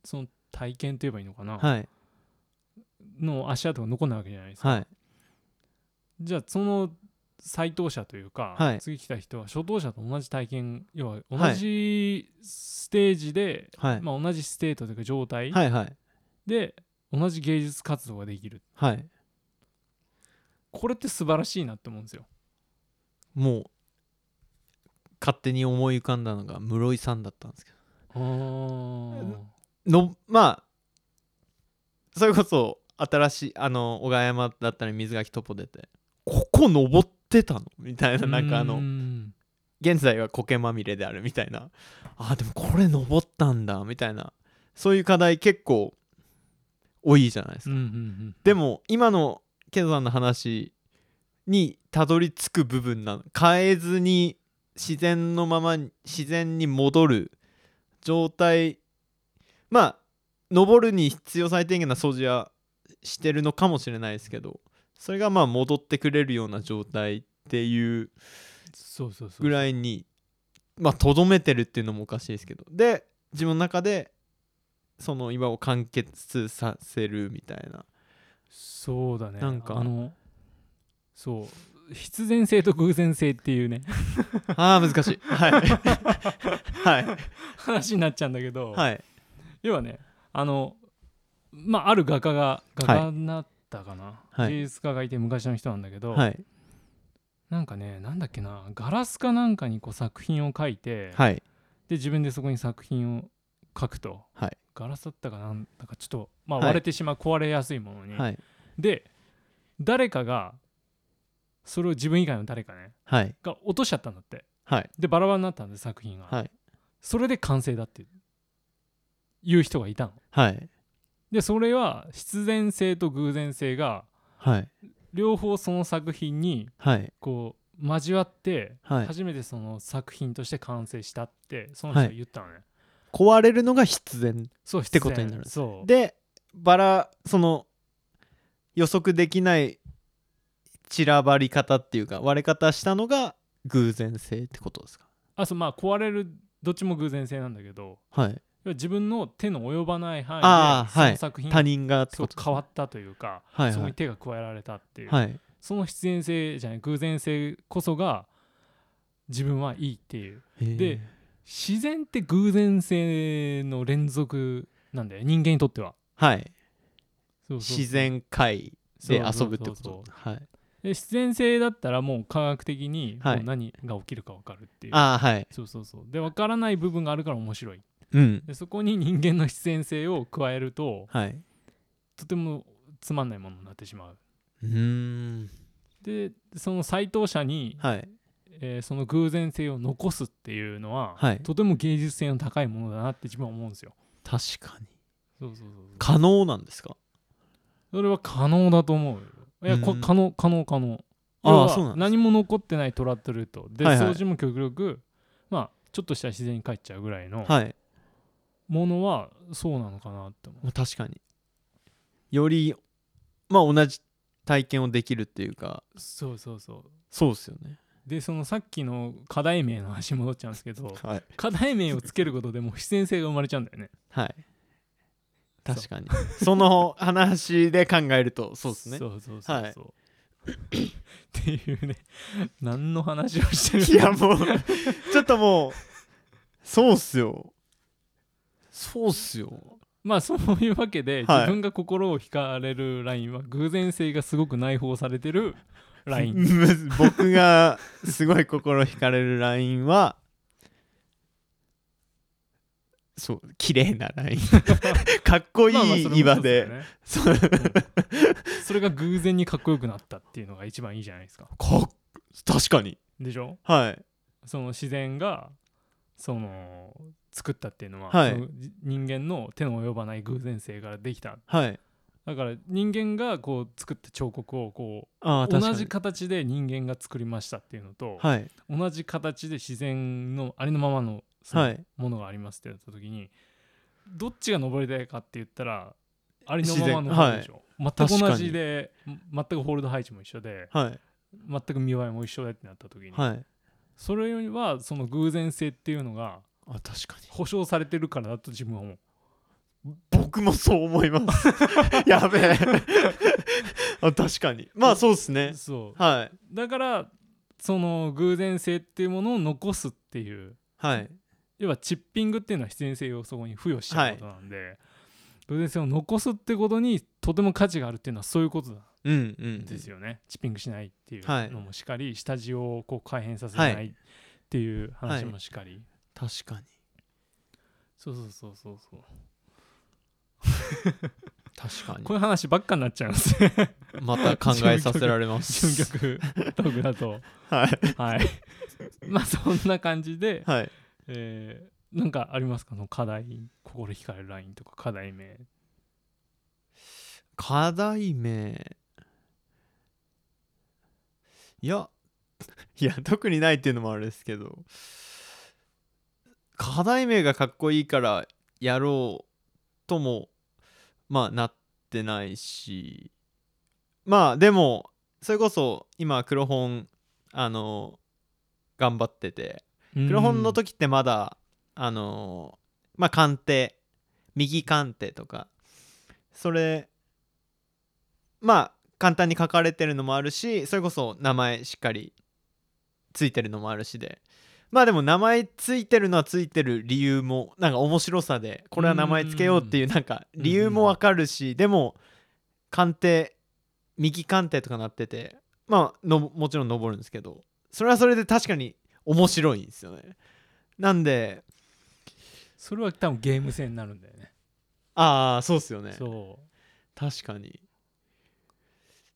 A: その体験といえばいいのかな、
B: はい
A: の足跡が残んないわけじゃないですか、
B: はい
A: じゃあその再当者というか、
B: はい
A: 次来た人は初等者と同じ体験要は
B: は
A: 同
B: い
A: じステージで、
B: はい
A: まあ、同じステートというか状態
B: はいはい
A: で同じ芸術活動ができる
B: はい
A: これって素晴らしいなって思うんですよ
B: もう勝手に思い浮かんだのが室井さんだったんですけどのまあそれこそ新しいあの小川山だったり水垣トポ出てここ登ってたのみたいななんかあ
A: う
B: の
A: ん
B: 現在は苔まみれであるみたいなあでもこれ登ったんだみたいなそういう課題結構多いじゃないですか
A: うんうんうん
B: でも今のケンさんの話にたどり着く部分なの変えずに自然のままに自然に戻る状態まあ登るに必要最低限な掃除はしてるのかもしれないですけどそれがまあ戻ってくれるような状態っていう
A: そうそうそう
B: ぐらいにまあとどめてるっていうのもおかしいですけどで自分の中でその岩を完結させるみたい な
A: そうだね
B: なんか
A: あのそう必然性と偶然性っていうね
B: あー難しい。はい。はい。
A: 話になっちゃうんだけど、
B: はい。
A: 要はねあのまあある画家が画家になったかな、
B: はい
A: 芸術家がいて昔の人なんだけど、
B: はい。
A: なんかねなんだっけなガラスかなんかにこう作品を描いて、
B: はい。
A: で自分でそこに作品を描くと、
B: はい
A: ガラスだったかなんだかちょっと、まあ、
B: はい
A: 割れてしまう、壊れやすいものに、
B: はい。
A: で誰かがそれを自分以外の誰かね
B: はい。
A: が落としちゃったんだって
B: はい。
A: でバラバラになったんで作品が、
B: はい。
A: それで完成だっていう人がいたの
B: はい。
A: でそれは必然性と偶然性が
B: はい。
A: 両方その作品に
B: はい。
A: こう交わって
B: はい。
A: 初めてその作品として完成したってその人が
B: はい
A: 言ったのね、
B: 壊れるのが必然。
A: そうして
B: ことになる
A: そう
B: で、バラ、その、予測できない散らばり方っていうか、割れ方したのが偶然性ってことですか。
A: あそうまあ壊れるどっちも偶然性なんだけど
B: はい。
A: 要は自分の手の及ばない範囲
B: あー
A: でそ
B: はい
A: の作品
B: 他
A: が
B: 人がって
A: そ
B: こ
A: う
B: とですね
A: 変わったというか、
B: はい
A: そこ
B: は
A: に
B: い。
A: 手が加えられたっていう、
B: はい。
A: その必然性じゃない偶然性こそが自分はいいっていう
B: へー
A: で、自然って偶然性の連続なんだよ人間にとっては
B: はい。
A: そうそう
B: 自然界で
A: そうそ
B: 遊
A: う
B: ぶってこ
A: そう
B: と
A: そ
B: はい
A: で必然性だったらもう科学的にも
B: はいう
A: 何が起きるか分かるっていう、
B: ああはい
A: そうそうそうで分からない部分があるから面白い
B: うん
A: でそこに人間の必然性を加えると
B: はい
A: とてもつまんないものになってしまう
B: うーん
A: でその再当者に、
B: はい
A: えーその偶然性を残すっていうのは、
B: はい
A: とても芸術性の高いものだなって自分は思うんですよ
B: 確かに
A: そうそうそう
B: 可能なんですか
A: それは可能だと思うよいや、こ
B: うん
A: 可能可能可能
B: ああ
A: 要は
B: そうなんです
A: 何も残ってないトラットルートで、
B: はいはい
A: 掃除も極力まあちょっとした自然に帰っちゃうぐらいの
B: はい
A: ものはそうなのかなって思う、
B: まあ確かによりまあ同じ体験をできるっていうか
A: そうそうそう
B: そうですよね
A: でそのさっきの課題名の話に戻っちゃうんですけど
B: はい
A: 課題名をつけることでもう必然性が生まれちゃうんだよね
B: はい確かに その話で考えるとそうですね
A: そうそうそうそう、
B: はい
A: っていうね何の話をしてる
B: いやもうちょっともうそうっすよそうっすよ
A: まあそういうわけで、
B: はい
A: 自分が心を惹かれるラインは偶然性がすごく内包されてるライ ン
B: 僕がすごい心惹かれるラインはそう綺麗な ラインかっこい
A: まあまあそれも
B: い岩で、
A: そうす
B: そうか
A: よねそれが偶然にかっこよくなったっていうのが一番いいじゃないですか
B: 確かに
A: でしょ
B: はい
A: その自然がその作ったっていうのは、
B: はい
A: そのじ人間の手の及ばない偶然性からできた
B: はい
A: だから人間がこう作った彫刻をこう
B: ああ確か
A: 同
B: に
A: じ形で人間が作りましたっていうのと、
B: はい
A: 同じ形で自然のありのままのその
B: はい
A: ものがありますってやった時にどっちが登りたいかって言ったらありのままの
B: 自然
A: 方でしょ、全く同じで全くホールド配置も一緒で
B: はい
A: 全く見栄えも一緒でってなった時に、
B: はい
A: それよりはその偶然性っていうのが
B: あ確かに
A: 保証されてるからだと自分は思う
B: 僕もそう思います やべえあ確かにまあそうですね
A: そう
B: はい
A: だからその偶然性っていうものを残すっていう
B: はい
A: 要はチッピングっていうのは必然性をそこに付与してることなんで、偶然性を残すってことにとても価値があるっていうのはそういうことだ
B: うんうん
A: ですよね、チッピングしないっていう
B: はい
A: のもしかり、下地をこう改変させ
B: は
A: ない
B: い
A: っていう話もしかり、
B: 確かに
A: そうそうそうそうそう
B: 確かに
A: こういう話ばっかになっちゃうん ですね
B: また考えさせられま
A: 純
B: す
A: 曲トークだと
B: はい
A: はい まあそんな感じで、
B: はい
A: えーなんかありますかの課題心惹かれるラインとか課題名
B: 課題名いやいや特にないっていうのもあれですけど課題名がかっこいいからやろうともまあなってないしまあでもそれこそ今黒本あの頑張ってて黒本の時ってまだあのーまあ鑑定右鑑定とかそれまあ簡単に書かれてるのもあるしそれこそ名前しっかりついてるのもあるしでまあでも名前ついてるのはついてる理由もなんか面白さでこれは名前つけようっていうなんか
A: うん
B: 理由もわかるしでも鑑定右鑑定とかなっててまあのもちろん登るんですけどそれはそれで確かに面白いんですよねなんで
A: それは多分ゲーム性になるんだよね
B: ああそうっすよね
A: そ
B: 確かに、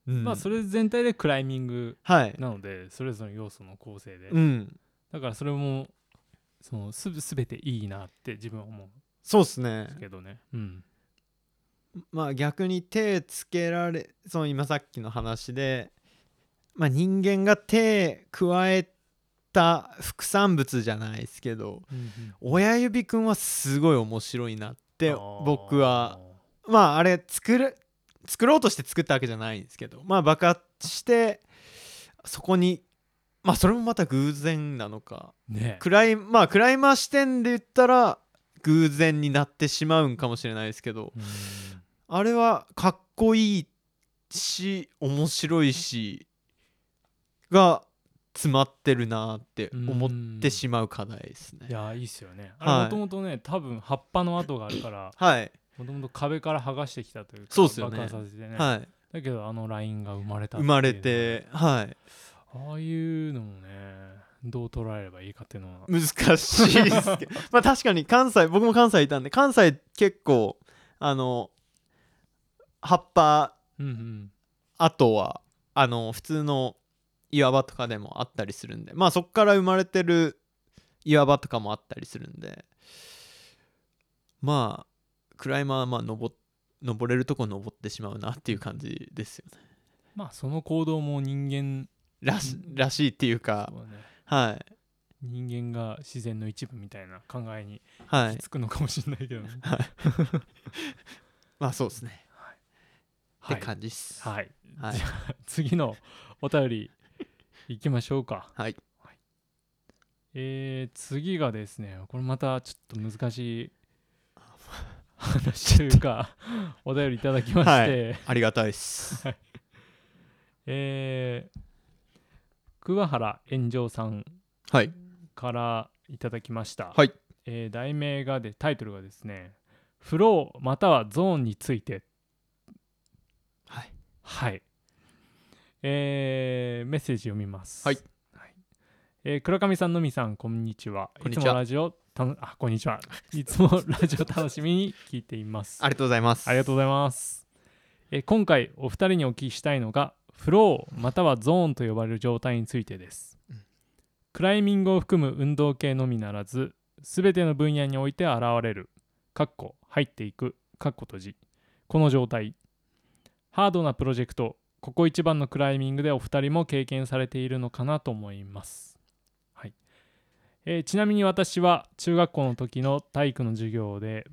B: う
A: う、
B: ん
A: まあそれ全体でクライミング
B: はい
A: なのでそれぞれの要素の構成で、
B: うん
A: だからそれもそのすすべていいなって自分は思うんで
B: そうっすね
A: すけどね、うん、
B: まあ逆に手つけられその今さっきの話で、まあ、人間が手加えた副産物じゃないですけど親指くんはすごい面白いなって僕はまああれ作る作ろうとして作ったわけじゃないんですけどまあ爆発してそこにまあそれもまた偶然なのか
A: ね
B: クライまあクライマー視点で言ったら偶然になってしまうんかもしれないですけど
A: うん
B: あれはかっこいいし面白いしが詰まってるなって思ってしまう課題です
A: い
B: ね。
A: やいいっすよね
B: はい
A: あれもともとね多分葉っぱの跡があるから
B: はい、
A: もともと壁から剥がしてきたというか
B: そうっすよね
A: 爆破させてね、
B: はい、
A: だけどあのラインが生まれたっ
B: 生
A: いう
B: まれてはい
A: ああいうのもねどう捉えればいいかっていうのは
B: 難しいで すけどまあ確かに関西僕も関西いたんで関西結構あの葉っぱ
A: うんうん
B: あとはあの普通の岩場とかでもあったりするんでまあそこから生まれてる岩場とかもあったりするんでまあクライマーはまあ登っ登れるとこ登ってしまうなっていう感じですよね
A: まあその行動も人間
B: らしらしいっていうか
A: そうだね
B: はい
A: 人間が自然の一部みたいな考えに
B: は
A: 行き
B: い
A: 着くのかもしれないけ どね、
B: まあそうですね、
A: はい
B: って感じっす、
A: はいい
B: はい
A: じゃあ次のお便り行きましょうか
B: はい
A: えー、次がですねこれまたちょっと難しい話というかお便りいただきまして、
B: ありがたいっす
A: えー、桑原炎上さん
B: はい
A: からいただきました、
B: はい
A: えー題名がでタイトルがですね「フローまたはゾーンについて」
B: はい
A: はいえーメッセージ読みます
B: はい、
A: はいえー倉上さんのみさんこんにちは
B: こんに
A: い
B: ち
A: つ
B: は
A: もラジオたのあこんにちはいつもラジオ楽しみに聞いています
B: ありがとうございます
A: ありがとうございます。えー今回お二人にお聞きしたいのがフローまたはゾーンと呼ばれる状態についてです
B: うん。
A: クライミングを含む運動系のみならず全ての分野において現れるかっこ入っていくかっこ閉じこの状態ハードなプロジェクトここ一番のクライミングでお二人も経験されているのかなと思います。はいえーちなみに私は中学校の時の体育の授業で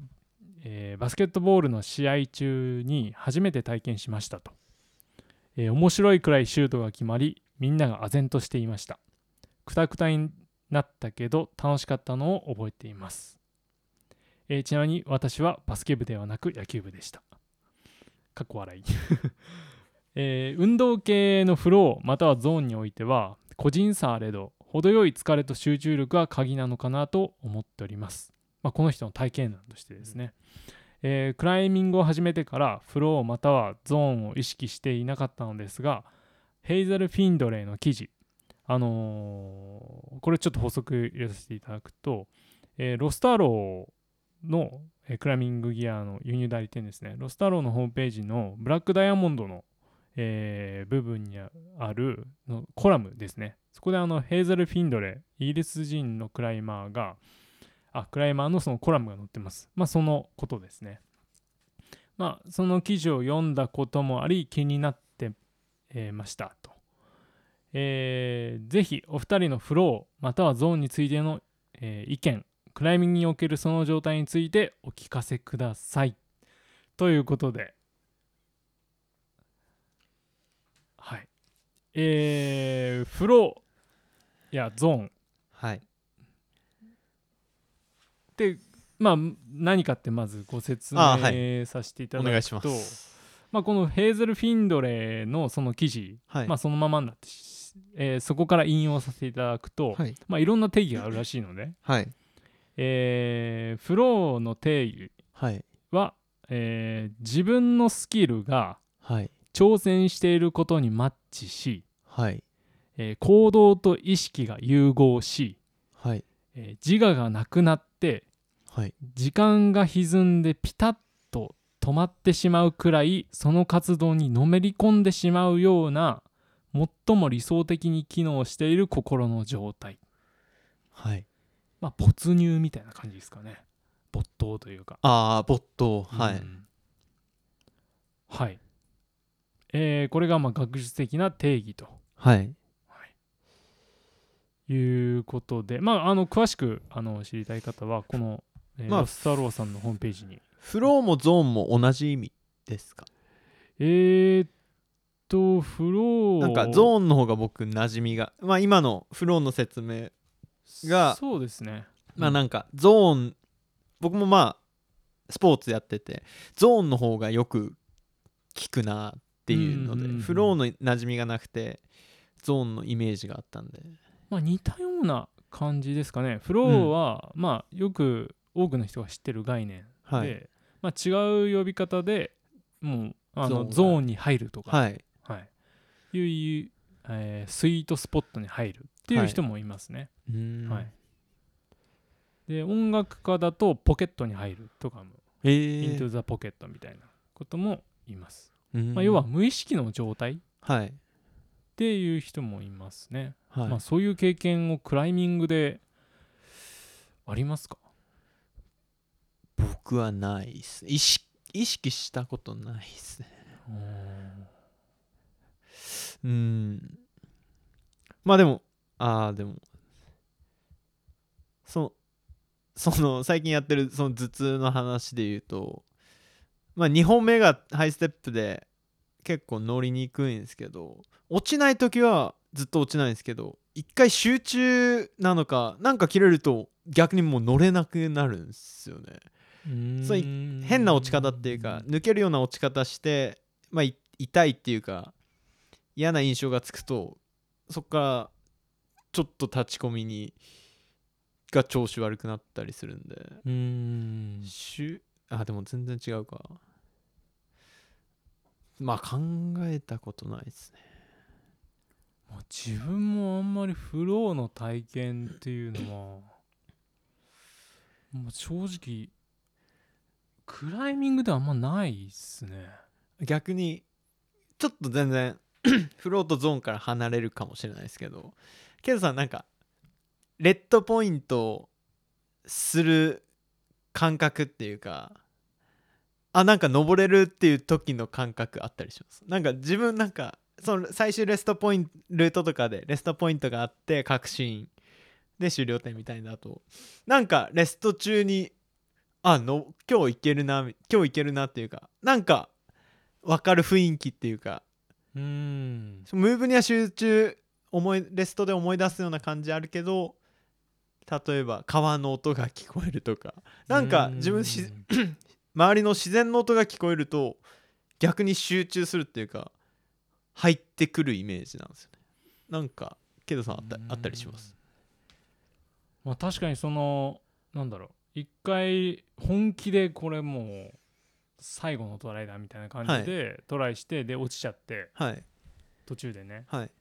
A: えーバスケットボールの試合中に初めて体験しましたと、えー面白いくらいシュートが決まりみんなが唖然としていましたくたくたになったけど楽しかったのを覚えています、えーちなみに私はバスケ部ではなく野球部でしたかっこ笑い、 えー運動系のフローまたはゾーンにおいては個人差あれど程よい疲れと集中力が鍵なのかなと思っております、まあ、この人の体験談としてですね、えークライミングを始めてからフローまたはゾーンを意識していなかったのですがヘイザル・フィンドレイの記事あのーこれちょっと補足入れさせていただくと、えーロスタローの、えークライミングギアの輸入代理店ですねロスタローのホームページのブラックダイヤモンドの、えー部分にあるのコラムですねそこであのヘイザル・フィンドレイイギリス人のクライマーがあクライマーのそのコラムが載ってますまあそのことですねまあ、その記事を読んだこともあり気になって、えーましたと、えーぜひお二人のフローまたはゾーンについての、えー意見クライミングにおけるその状態についてお聞かせくださいということではいえーフローいやゾーン
B: はい
A: ってまあ何かってまずご説
B: あは
A: 明させていただ
B: お
A: くと
B: 願いします
A: まあ、このヘーゼル・フィンドレーのその記事、
B: はい
A: まあ、そのままになってし、えーそこから引用させていただくと、
B: はいい
A: まあ、いろんな定義があるらしいので、
B: はい
A: えーフローの定義
B: はい
A: は、えー自分のスキルが
B: はい
A: 挑戦していることにマッチし、
B: はい
A: えー行動と意識が融合し、
B: はい
A: えー自我がなくなって
B: はい
A: 時間が歪んでピタッと止まってしまうくらいその活動にのめり込んでしまうような最も理想的に機能している心の状態
B: はい
A: まあ没入みたいな感じですかね没頭というか
B: ああ没頭は
A: う
B: い、
A: んはいえーこれがまあ学術的な定義と
B: はい
A: いうことでまああの詳しくあの知りたい方はこの、えー
B: まあ
A: ロスサローさんのホームページに
B: フローもゾーンも同じ意味ですか
A: えー、っとフロー
B: なんかゾーンの方が僕馴染みがまあ今のフローの説明が
A: そうですね
B: まあ
A: うん
B: なんかゾーン僕もまあスポーツやっててゾーンの方がよく効くなっていうの
A: うんうんうんうん
B: でフローの馴染みがなくてゾーンのイメージがあったんで
A: まあ似たような感じですかねフローは、まあよく多くの人が知ってる概念で、
B: はい
A: まあ違う呼び方でもうあ
B: ゾーン
A: の
B: が
A: ゾーンに入るとか、
B: はい
A: はい、いう、えースイートスポットに入るっていう人もいますね。
B: うーん
A: はいで音楽家だとポケットに入るとかも、
B: え
A: イントゥ・
B: ー
A: ザ・ポケットみたいなこともいます。
B: うーん
A: まあ、要は無意識の状態っ
B: はい
A: ていう人もいますね。
B: はい、
A: まあ、そういう経験をクライミングでありますか
B: 僕はないっす意識意識したことないっすねうんまあでもああでもそ その最近やってるその頭痛の話で言うとまあ2本目がハイステップで結構乗りにくいんですけど落ちない時はずっと落ちないんですけど一回集中なのかなんか切れると逆にもう乗れなくなるんですよねそう変な落ち方っていうか抜けるような落ち方して、まあ、い痛いっていうか嫌な印象がつくとそっからちょっと立ち込みにが調子悪くなったりするんで、
A: うーん
B: しゅあでも全然違うかまあ考えたことないですね
A: まあ自分もあんまりフローの体験っていうのは、まあ、正直クライミングではあんまないっすね
B: 逆にちょっと全然 フロートゾーンから離れるかもしれないですけどケイトさんなんかレッドポイントをする感覚っていうかあなんか登れるっていう時の感覚あったりしますなんか自分なんかその最終レストポイントルートとかでレストポイントがあって確信で終了点みたいだとなんかレスト中にあの今日いけるな今日いけるなっていうかなんか分かる雰囲気っていうか
A: うーん
B: ムーブには集中思いレストで思い出すような感じあるけど例えば川の音が聞こえるとかなんか自分し周りの自然の音が聞こえると逆に集中するっていうか入ってくるイメージなんですよねなんかけどさんあったあったりします、
A: まあ、確かにそのなんだろう一回本気でこれもう最後のトライだみたいな感じでトライして、で落ちちゃって
B: はい
A: 途中でね
B: はい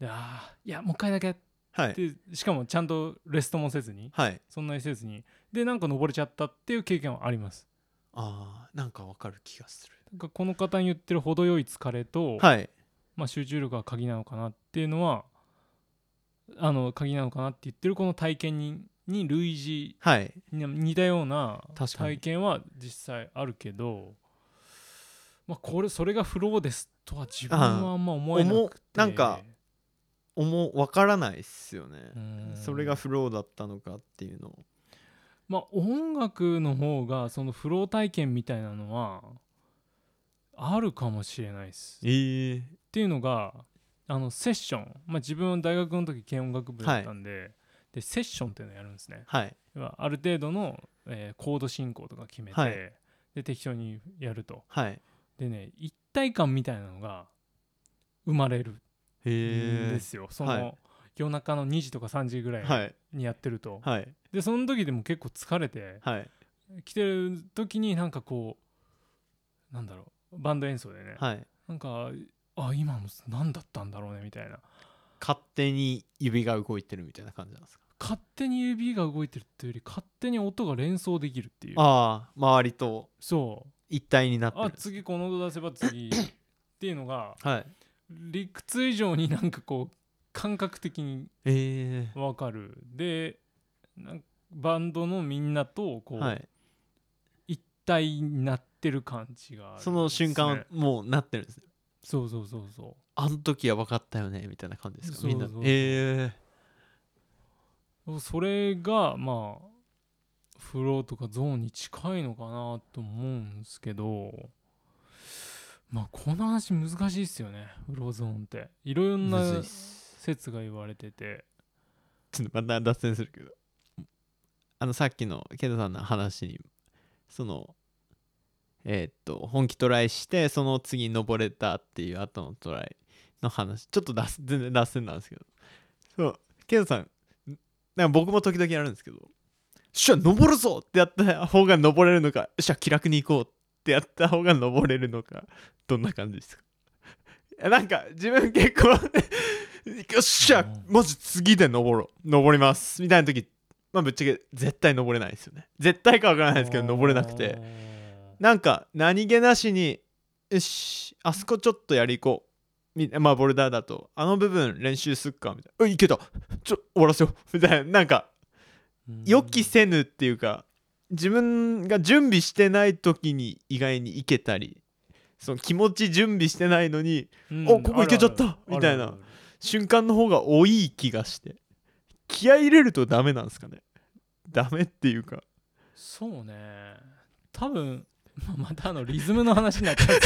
A: であーいやもう一回だけっ
B: はい
A: てしかもちゃんとレストもせずに
B: はい
A: そんなにせずにでなんか登れちゃったっていう経験はあります
B: あーなんか分かる気がする
A: なんかこの方に言ってる程よい疲れと、
B: はい
A: まあ、集中力が鍵なのかなっていうのはあの鍵なのかなって言ってるこの体験にに類似
B: はい
A: に似たような
B: 確かに
A: 体験は実際あるけど、まあ、これそれがフローですとは自分
B: あ
A: はあんま思えな
B: 思う
A: くて
B: なんか思う分からないっすよね、
A: うん
B: それがフローだったのかっていうのを
A: まあ、音楽の方がそのフロー体験みたいなのはあるかもしれないです。っ
B: ええ
A: ていうのがあのセッション、まあ、自分は大学の時軽音楽部だったんで,、でセッションっていうのをやるんですね。
B: はい
A: 要はある程度の、えーコード進行とか決めて、
B: はい
A: で適当にやると。
B: はい
A: でね一体感みたいなのが生まれるん
B: へ
A: で
B: え
A: すよ。その、
B: はい
A: 夜中の2時とか3時ぐらい
B: はい
A: にやってると、
B: はい
A: でその時でも結構疲れて、
B: はい
A: 来てる時になんかこうなんだろうバンド演奏でね、
B: はい
A: なんかあ今の何だったんだろうねみたいな
B: 勝手に指が動いてるみたいな感じなんですか
A: 勝手に指が動いてるっていうより勝手に音が連想できるっていう
B: ああ周りと
A: そ
B: 一体になっ
A: うあ
B: てる
A: 次この音出せば次っていうのが
B: はい
A: 理屈以上になんかこう感覚的に
B: ええ
A: わかるでなんかバンドのみんなとこう、
B: はい
A: 一体になってる感じがあるんです
B: そ
A: ね、
B: の瞬間もうなってるんですね
A: そうそうそうそう
B: あの時は分かったよねみたいな感じですか
A: そう
B: みんな
A: そうそう
B: ええ
A: それがまあフローとかゾーンに近いのかなと思うんですけどまあこの話難しいっすよねフローゾーンっていろん
B: むずい
A: な
B: っす
A: 説が言われてて
B: ちょっとまた脱線するけどあのさっきのケイタさんの話にそのえーっと本気トライしてその次登れたっていう後のトライの話ちょっと脱全然脱線なんですけどそうケイタさんなんか僕も時々やるんですけど「よっしゃ登るぞ!」ってやった方が登れるのか「よっしゃ気楽に行こう」ってやった方が登れるのかどんな感じですかいやなんか 自分結構よっしゃ
A: うん
B: マジ次で登ろう登りますみたいな時まあぶっちゃけ絶対登れないですよね絶対かわからないですけど登れなくてなんか何気なしによしあそこちょっとやり行こうみまあボルダーだとあの部分練習すっかみたいな「うんいけたちょ終わらせよう」 みたいななんか
A: うん
B: 予期せぬっていうか自分が準備してない時に意外にいけたりその気持ち準備してないのに
A: うん
B: おここ
A: あるある
B: 行けちゃったみたいな
A: あるある
B: 瞬間の方が多い気がして気合い入れるとダメなんですかねダメっていうか
A: そうね多分まあまたあのリズムの話になっ ちゃっ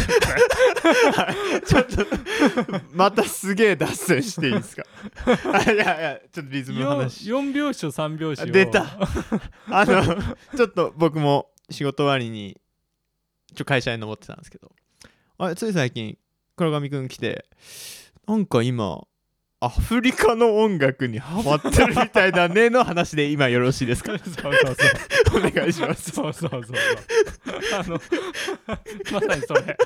A: た
B: ちょっとまたすげえ脱線していいですかあいやいやちょっとリズムの話
A: 4, 拍子3拍子を
B: あ出たあのちょっと僕も仕事終わりにちょ会社に登ってたんですけどあつい最近黒髪くん来てなんか今アフリカの音楽にハマってるみたいだねの話で今よろしいですか
A: そうそうそう
B: お願いします
A: そうそうそうそうあの まさにそれ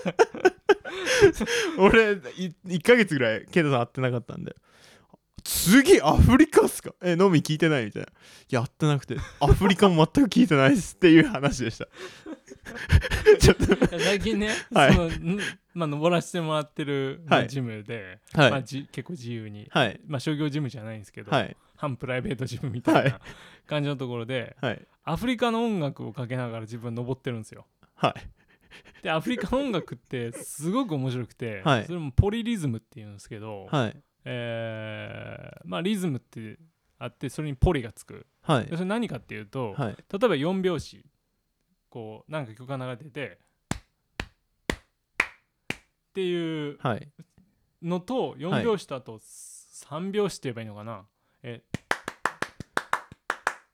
B: 俺い1ヶ月ぐらいケイタさん会ってなかったんで次アフリカっすかえ飲み聞いてないみたいなやってなくてアフリカも全く聞いてないっすっていう話でしたちょっ
A: 最近ね、
B: はい
A: そのんまあ、登らせてもらってる、まあ
B: はい
A: ジムで、
B: とはい、
A: まあ、じ結構自由に、
B: はい
A: まあ、商業ジムじゃないんですけど、
B: はい
A: 反プライベートジムみたい
B: は
A: な感じのところで、
B: はい
A: アフリカの音楽をかけながら自分登ってるんですよ
B: はい
A: でアフリカの音楽ってすごく面白くて、
B: はい
A: それもポリリズムっていうんですけど、
B: はい
A: えーまあ、リズムってあってそれにポリがつく
B: は
A: でそれ何かっていうと、
B: は
A: 例え
B: い
A: ば4拍子こうなんか曲が流れててっていう
B: はい
A: のと4
B: はい
A: 拍子とあと3拍子って言えばいいのかな、えっ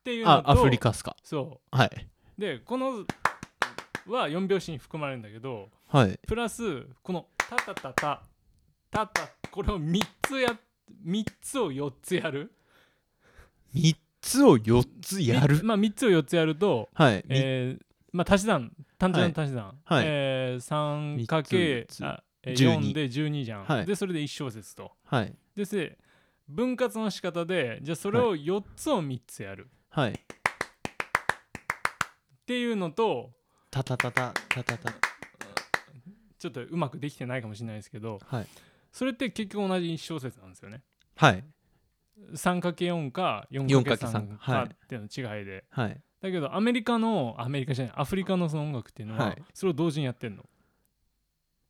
A: ていうの
B: あ
A: と
B: アフリカっすか
A: そ
B: はい、
A: うでこのは4拍子に含まれるんだけど
B: はい、
A: プラスこの「タタタタタタ」これを3つや3つを4つやる
B: 3つを4つや
A: み
B: る
A: まあ3つを4つやると
B: はい、み
A: えーまあ足し算単純な足し算、
B: はい
A: えー、3
B: 三つ
A: かけ
B: 四つ
A: あ、えー、
B: 12
A: 4で12じゃん、
B: はい
A: でそれで1小節と
B: はい
A: でせ分割の仕方でじゃあそれを4つを3つやる
B: はい
A: っていうのと
B: たたたたたたた
A: ちょっとうまくできてないかもしれないですけど
B: はい
A: それって結局同じ1小節なんですよね
B: はい
A: 3×4 か
B: 四かけ
A: 4×3
B: 三
A: か
B: はい
A: っていうの違いで、
B: はい
A: だけどアメリカのアメリカじゃないアフリカのその音楽っていうのは、
B: はい
A: それを同時にやってんの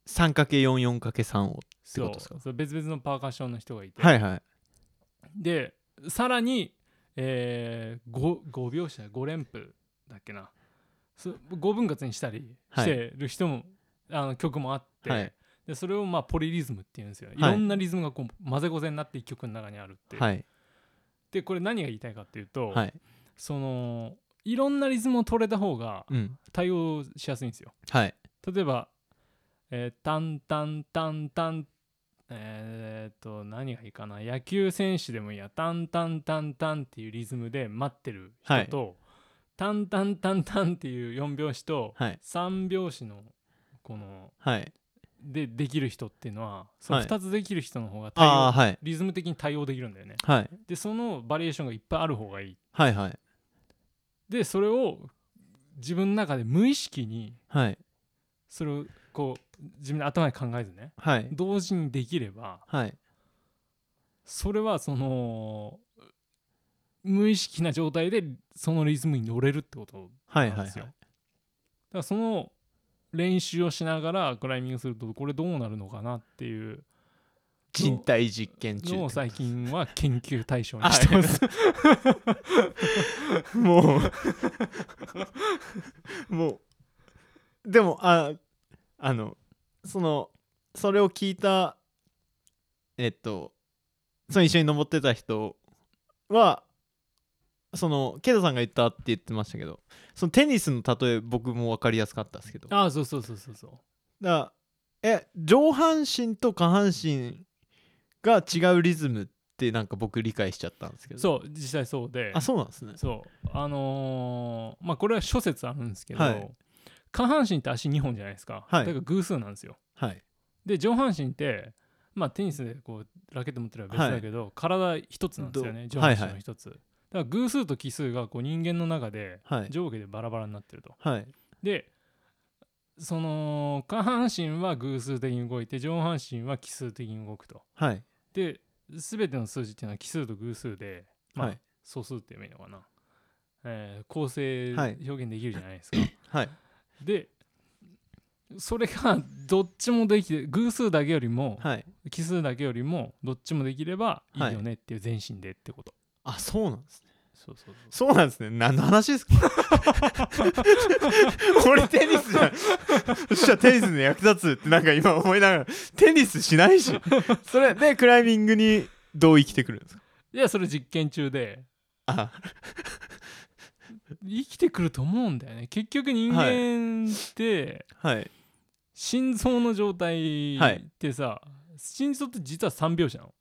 B: 3×44×3 をて
A: そう
B: ことですか
A: そう別々のパーカッションの人がいて、
B: はいはい
A: でさらに、え 5, 5拍子だ5連符だっけなそ5分割にしたり
B: は
A: し
B: い
A: てる人も、あの曲もあって、
B: はい
A: でそれをまあポリリズムっていうんですよ、い、
B: はい
A: ろんなリズムがこう混ぜごぜになって一曲の中にあるっていう、
B: はい
A: でこれ何が言いたいかっていうと、
B: はい
A: そのいろんなリズムを取れた方が
B: うん
A: 対応しやすいんですよ
B: はい
A: 例えば、えータンタンタンタンえーっと何がいいかな野球選手でもいいやタンタンタンタンっていうリズムで待ってる人と、タンタンタンタンっていう4拍子と
B: はい
A: 3拍子のこの
B: はい
A: でできる人っていうのはその
B: はい
A: 2つできる人の方が対応、
B: ああはい
A: リズム的に対応できるんだよね
B: はい
A: でそのバリエーションがいっぱいある方がいい
B: はいはい
A: でそれを自分の中で無意識に
B: はい
A: それをこう自分の頭で考えずね
B: はい
A: 同時にできれば
B: はい
A: それはその無意識な状態でそのリズムに乗れるってこと
B: はい
A: な
B: は
A: ん
B: い
A: ですよ。だからその練習をしながらクライミングするとこれどうなるのかなっていう
B: 人体実験中
A: のを最近は研究対象に
B: は
A: して
B: い
A: ます。
B: も うもうでもああのそのそれを聞いたえっとその一緒に登ってた人はそのケイタさんが言ったって言ってましたけどそのテニスの例え僕も分かりやすかったですけど
A: ああそうそうそうそうそ
B: だからえ上半身と下半身が違うリズムってなんか僕理解しちゃったんですけ
A: う
B: ど
A: そう実際そうで
B: あそうなんですね
A: そうあのーまあこれは諸説あるんですけど、
B: はい
A: 下半身って足2本じゃないですか、
B: はい
A: だから偶数なんですよ
B: はい
A: で上半身ってまあテニスでこうラケット持ってるのは別だけど、体一つなんですよね
B: ど
A: 上半身
B: はい
A: の
B: はい
A: 一つ、だから偶数と奇数がこう人間の中で
B: はい
A: 上下でバラバラになってると
B: はい
A: でその下半身は偶数的に動いて上半身は奇数的に動くと
B: はい
A: で全ての数字っていうのは奇数と偶数で、まあ
B: はい
A: 素数って言えばいいのかな、えー構成
B: はい
A: 表現できるじゃないですか、
B: はい
A: でそれがどっちもできて偶数だけよりも
B: はい
A: 奇数だけよりもどっちもできればいいよねっていう全身でってこと、
B: あそうなんですね
A: そうそうそう
B: そうなんですね何の話ですか 俺テニスじゃんそしたらテニスに役立つってなんか今思いながらテニスしないしそれでクライミングにどう生きてくるんですか
A: いやそれ実験中で
B: あ
A: 生きてくると思うんだよね結局人
B: は
A: 間って
B: はい
A: 心臓の状態
B: はい
A: ってさ、心臓って実は3拍子なの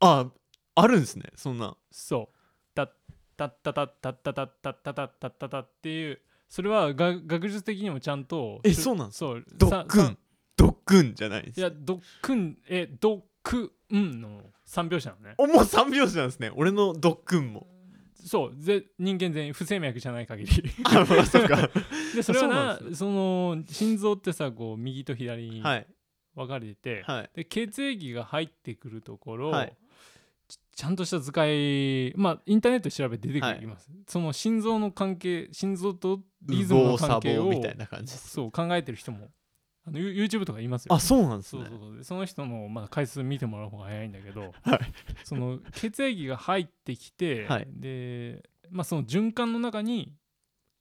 B: ああるんですねそんな
A: そうタッタッタタッタッタタッタッタタッタッタタっていうそれはが学術的にもちゃんと
B: え
A: す
B: そうなんです
A: そう
B: ド
A: さ
B: ック
A: さ
B: ンドックンじゃないんです
A: いやドックンえドックンの3拍子なのね
B: おもう3拍子なんですね俺のドックンも
A: そうぜ人間全員不整脈じゃない限り
B: あまあそっ か
A: でそれは
B: そうな
A: なんその心臓ってさこう右と左に
B: はい
A: 分かれてて、
B: はい
A: で血液が入ってくるところ、
B: はい
A: ちちゃんとした図解まあインターネットで調べて出てきます、その心臓の関係心臓とリズムの関係
B: 右
A: を
B: 往左往みたいな感じです
A: そう考えてる人もあの You- YouTube とかいますよ
B: あそうなんです
A: そう
B: ね
A: そうそうでその人の、まあ、回数見てもらう方が早いんだけど、
B: はい
A: その血液が入ってきて、
B: はい
A: で、まあ、その循環の中に、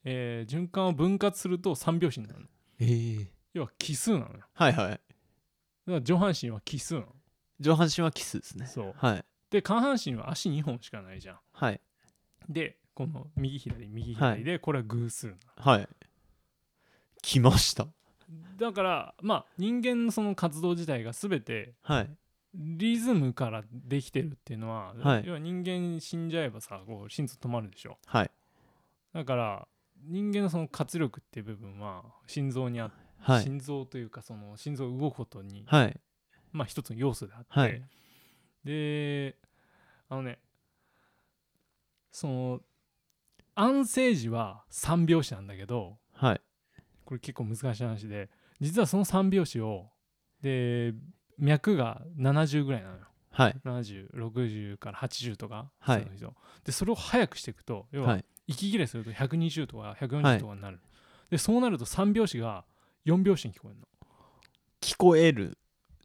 A: えー循環を分割すると3拍子になるの
B: えー
A: 要は奇数なのよだか
B: はいはい
A: ら上半身は奇数なの
B: 上半身はキスですね
A: そう
B: はい
A: で下半身は足2本しかないじゃん
B: はい
A: でこの右左右
B: は
A: 左
B: い
A: で、これは偶数なの
B: はい来ました
A: だからまあ人間のその活動自体が全て
B: はい
A: リズムからできてるっていうのは、
B: はい
A: 要は人間死んじゃえばさこう心臓止まるでしょ
B: はい
A: だから人間のその活力っていう部分は心臓にあって、
B: はい
A: 心臓というかその心臓が動くことに、
B: はい
A: まあ一つの要素であって、
B: はい
A: であのねその安静時は3拍子なんだけど
B: はい
A: これ結構難しい話で実はその3拍子をで脈が70ぐらいなのよ
B: はい
A: 7060から80とか、
B: はい
A: その人でそれを早くしていくと要
B: は
A: はい息切れすると120とか
B: は
A: 140
B: い
A: とかになる、でそうなると3拍子が4拍子に聞こえる
B: 聞こえる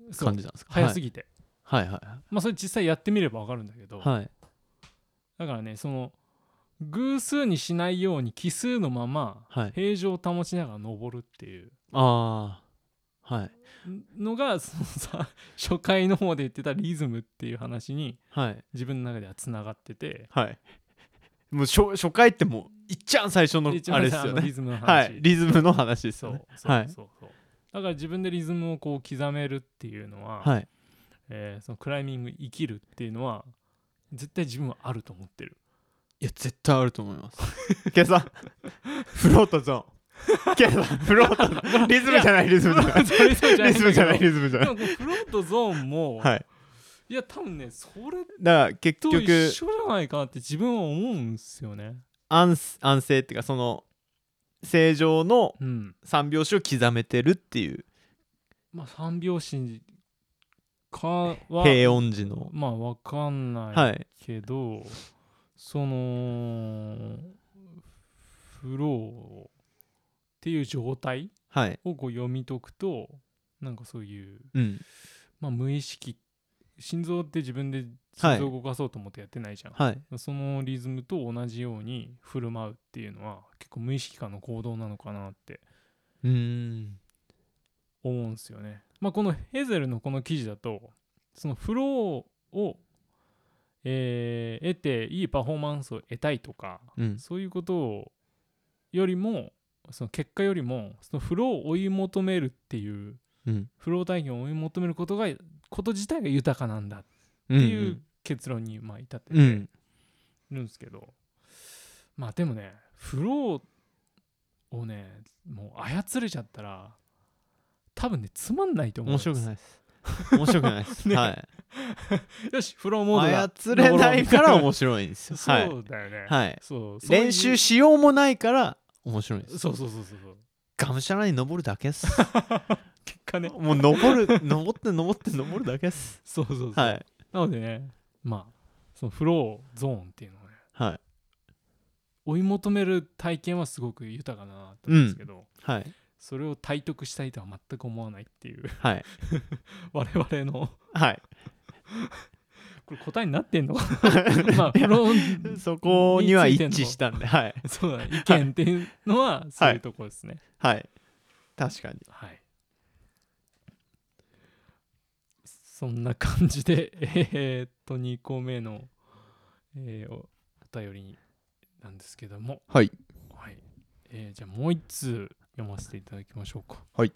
A: のそう
B: 感じなんですか
A: 早す
B: ぎ
A: ぎて、
B: はいはい
A: まあそれ実際やってみれば分かるんだけど、
B: はい
A: だからねその偶数にしないように奇数のまま
B: はい
A: 平常を保ちながら登るっていう
B: ああはい
A: のがそのさ初回の方で言ってたリズムっていう話に
B: はい
A: 自分の中ではつながってて
B: はいもう初初回ってもういっちゃん最初の
A: 一
B: あ
A: 番
B: れで
A: さ
B: すよ
A: あのリ
B: ね
A: ズムの話、
B: はいリズムの話です
A: そ
B: よ
A: う
B: ね
A: そう
B: はい
A: そうそうだから自分でリズムをこう刻めるっていうのは、
B: はい
A: えーそのクライミング生きるっていうのは絶対自分はあると思 ってる
B: いや絶対あると思います 今朝フロートゾ ーン今朝フロートゾーン リズムじゃないリズムじゃない
A: それそうじゃない
B: リズムじゃない
A: で
B: リズムじゃない
A: もこのフロートゾーンも、
B: はい
A: い、や多分ねそれ
B: だから結
A: と一
B: 局
A: 緒じゃないかなって自分は思うんすよね
B: 安安静っていうかその正常の
A: うん
B: 三拍子を刻めてるっていう
A: まあ三拍子かは
B: 平穏時の
A: まあわかんない
B: はい
A: けどそのフローっていう状態
B: はい
A: をこう読み解くとなんかそういう、
B: うん
A: まあ、無意識心臓って自分で
B: はい
A: 心臓を動かそうと思ってやってないじゃん、
B: はい
A: そのリズムと同じように振る舞うっていうのは結構無意識化の行動なのかなって
B: うーん
A: 思うんですよね。まあ、このヘゼルのこの記事だとそのフローを、えー得ていいパフォーマンスを得たいとか
B: うん
A: そういうことをよりもその結果よりもそのフローを追い求めるっていう
B: うん
A: フロー体験を追い求めることがこと自体が豊かなんだっ
B: う
A: て
B: ん
A: いう結論にまあ至って
B: う
A: る
B: ん
A: んですけど、まあでもねフローをねもう操れちゃったら多分ねつまんないと思う
B: 面白くないです面白くない です、
A: ね
B: はい
A: よしフローモードだ
B: 操れないから面白いんですよはい
A: そうだよね、
B: はい
A: そうそういう
B: 練習しようもないから面白いんです
A: そうそうそうそうそう
B: がむしゃらに登るだけっ す
A: 結果ね
B: もう登る登って登って登るだけっす
A: そうそうそう、
B: はい
A: なのでねまあそのフローゾーンっていうのをね
B: はい
A: 追い求める体験はすごく豊かだなと思うんですけど、
B: はい
A: それを体得したいとは全く思わないっていう
B: はい
A: 我々の
B: はい
A: これ答えになってん のかなまあフロー
B: そこには一致したんではい
A: そうだね意見っていうのはそういうところですね
B: はい確かに
A: はい、そんな感じで えーっと2個目の、えーおお便りなんですけども
B: はい
A: はい、えーじゃあもう一通読ませていただきましょうか
B: はい、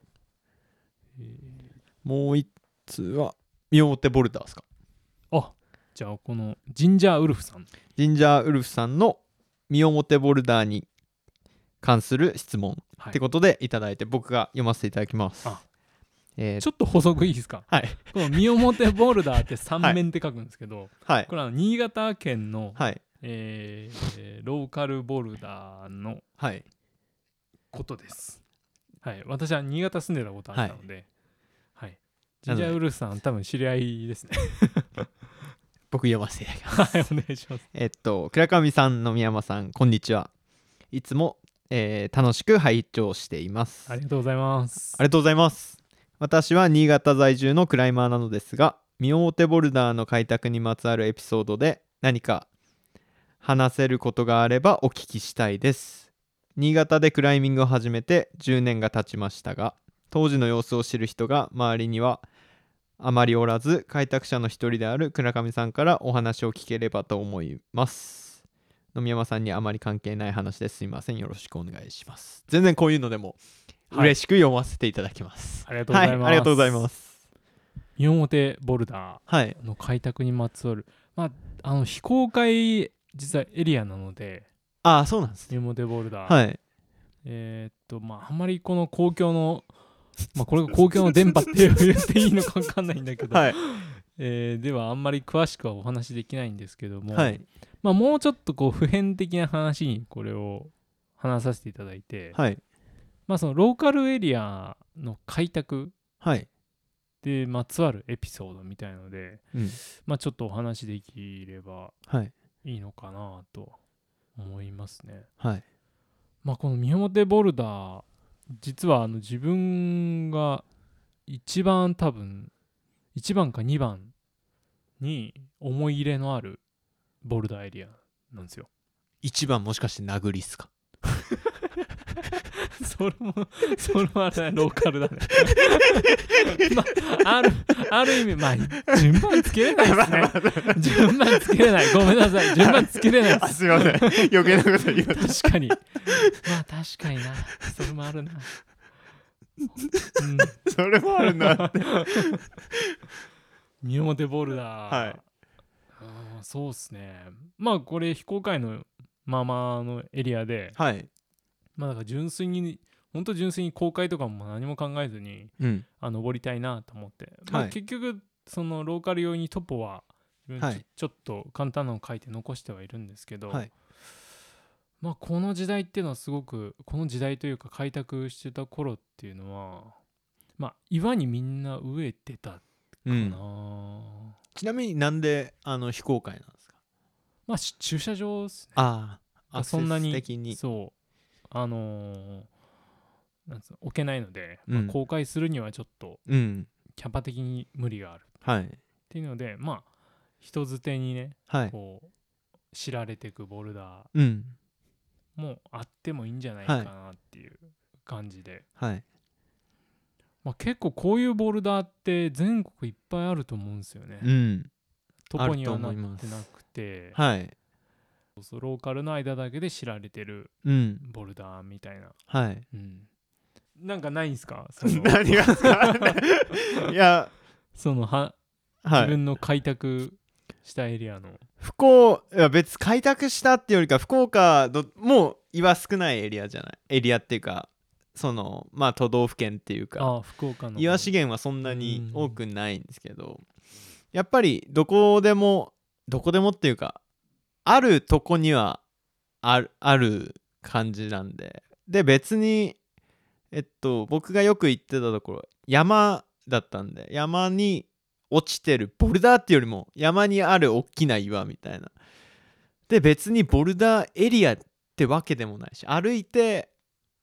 A: えー
B: もう一つはミオテボルダーですか
A: あじゃあこのジンジャーウルフさん
B: ジンジャーウルフさんのミオモテボルダーに関する質問
A: はい
B: ってことでいただいて僕が読ませていただきます
A: あ。
B: えー
A: ちょっと補足いいですか
B: はい
A: この「三表ボルダー」って三面って書くんですけど、
B: はい
A: これは新潟県の、
B: はい
A: えーローカルボルダーの
B: はい
A: ことです。はい、私は新潟住んでたことあったので、はい。ジンジャーウルフさん、多分知り合いですね。
B: 僕読ませていただきま す。
A: はい、お願いします。
B: えっと倉上さん野宮山さんこんにちは。いつも、えー楽しく拝聴しています。
A: ありがとうございます。
B: ありがとうございます。私は新潟在住のクライマーなのですが、ミオーテボルダーの開拓にまつわるエピソードで何か話せることがあればお聞きしたいです。新潟でクライミングを始めて10年が経ちましたが、当時の様子を知る人が周りにはあまりおらず、開拓者の一人である倉上さんからお話を聞ければと思います。野宮山さんにあまり関係ない話ですいません。よろしくお願いします。全然こういうのでも
A: はい
B: 嬉しく読ませていただきます。
A: ありがとうございます。。
B: ありがとうございますす。
A: 三表ボルダ
B: はい。
A: ーの開拓にまつわる、まあ、あの非公開実はエリアなので、
B: ああ、そうなんですね。
A: 三表ボルダー、
B: はい。
A: えーっと、まあ、あんまりこの公共の、まあ、これが公共の電波って言っていいのか分かんないんだけど、
B: はい。
A: えーではあんまり詳しくはお話しできないんですけども、
B: はい。
A: まあ、もうちょっとこう普遍的な話にこれを話させていただいて、
B: はい。
A: まあ、そのローカルエリアの開拓
B: はい。
A: でまつわるエピソードみたいので、
B: うん。
A: まあ、ちょっとお話できれば
B: はい。
A: いいのかなと思いますね。
B: はい。
A: まあ、この三表ボルダー実はあの自分が一番多分1番か2番に思い入れのあるボルダーエリアなんですよ。
B: 一番もしかして殴りっすか
A: それも、 それもあれだね、ローカルだね。 まあ、ある、ある意味、まあ、順番つけれない ですね。順番つけれない。ごめんなさい。順番つけれないです。
B: すいません。 余計なこと言いま
A: 確かに。まあ、確かにな。それもあるな。うん。
B: それもあるな。
A: ミオモテボルダー。
B: はい
A: あーそうっすね。まあ、これ、非公開のままのエリアで、
B: はい。
A: まあ、だから純粋に、本当純粋に公開とかも何も考えずに、
B: うん。
A: あ登りたいなと思って、まあ
B: はい
A: 結局そのローカル用にトポは自分
B: は
A: ちょ,、
B: い
A: ちょっと簡単なのを書いて残してはいるんですけど、
B: はい
A: まあ、この時代っていうのはすごくこの時代というか開拓してた頃っていうのは、まあ、岩にみんな植えてたか
B: う
A: な、
B: ん。ちなみになんで、あの、非公開なんですか
A: まあし駐車場っす
B: あ
A: あ
B: あ。
A: そんなに
B: アクセス的
A: ね
B: に。
A: そうあのーなんつうの置けないので、
B: う
A: まあ
B: ん
A: 公開するにはちょっと
B: うん。
A: キャパ的に無理がある
B: はい。
A: っていうのでまあ人づてにね
B: はい。
A: こう知られてくボルダ
B: うん。
A: ーもあってもいいんじゃないかなっていう感じで、
B: はい。
A: まあ、結構こういうボルダーって全国いっぱいあると思うんですよね、
B: うん。
A: トポにはな
B: あ
A: っ
B: ると思いま
A: て
B: す
A: なくて、
B: はい。
A: そうそうローカルの間だけで知られてる
B: うん。
A: ボルダーみたいな、
B: はい。
A: うん、なんかないんすかその
B: 何が いや、
A: そのは
B: は
A: 自
B: い。
A: 分の開拓したエリアの、
B: 不幸、いや別開拓したっていうよりか、福岡ど、もう胃は少ないエリアじゃないエリアっていうかそのまあ都道府県っていうか
A: ああ福岡の
B: 岩資源はそんなに多くないんですけど、やっぱりどこでもどこでもっていうかあるとこにはあるある感じなんでで別にえっと僕がよく行ってたところ山だったんで山に落ちてるボルダーっていうよりも山にある大きな岩みたいなで別にボルダーエリアってわけでもないし歩いて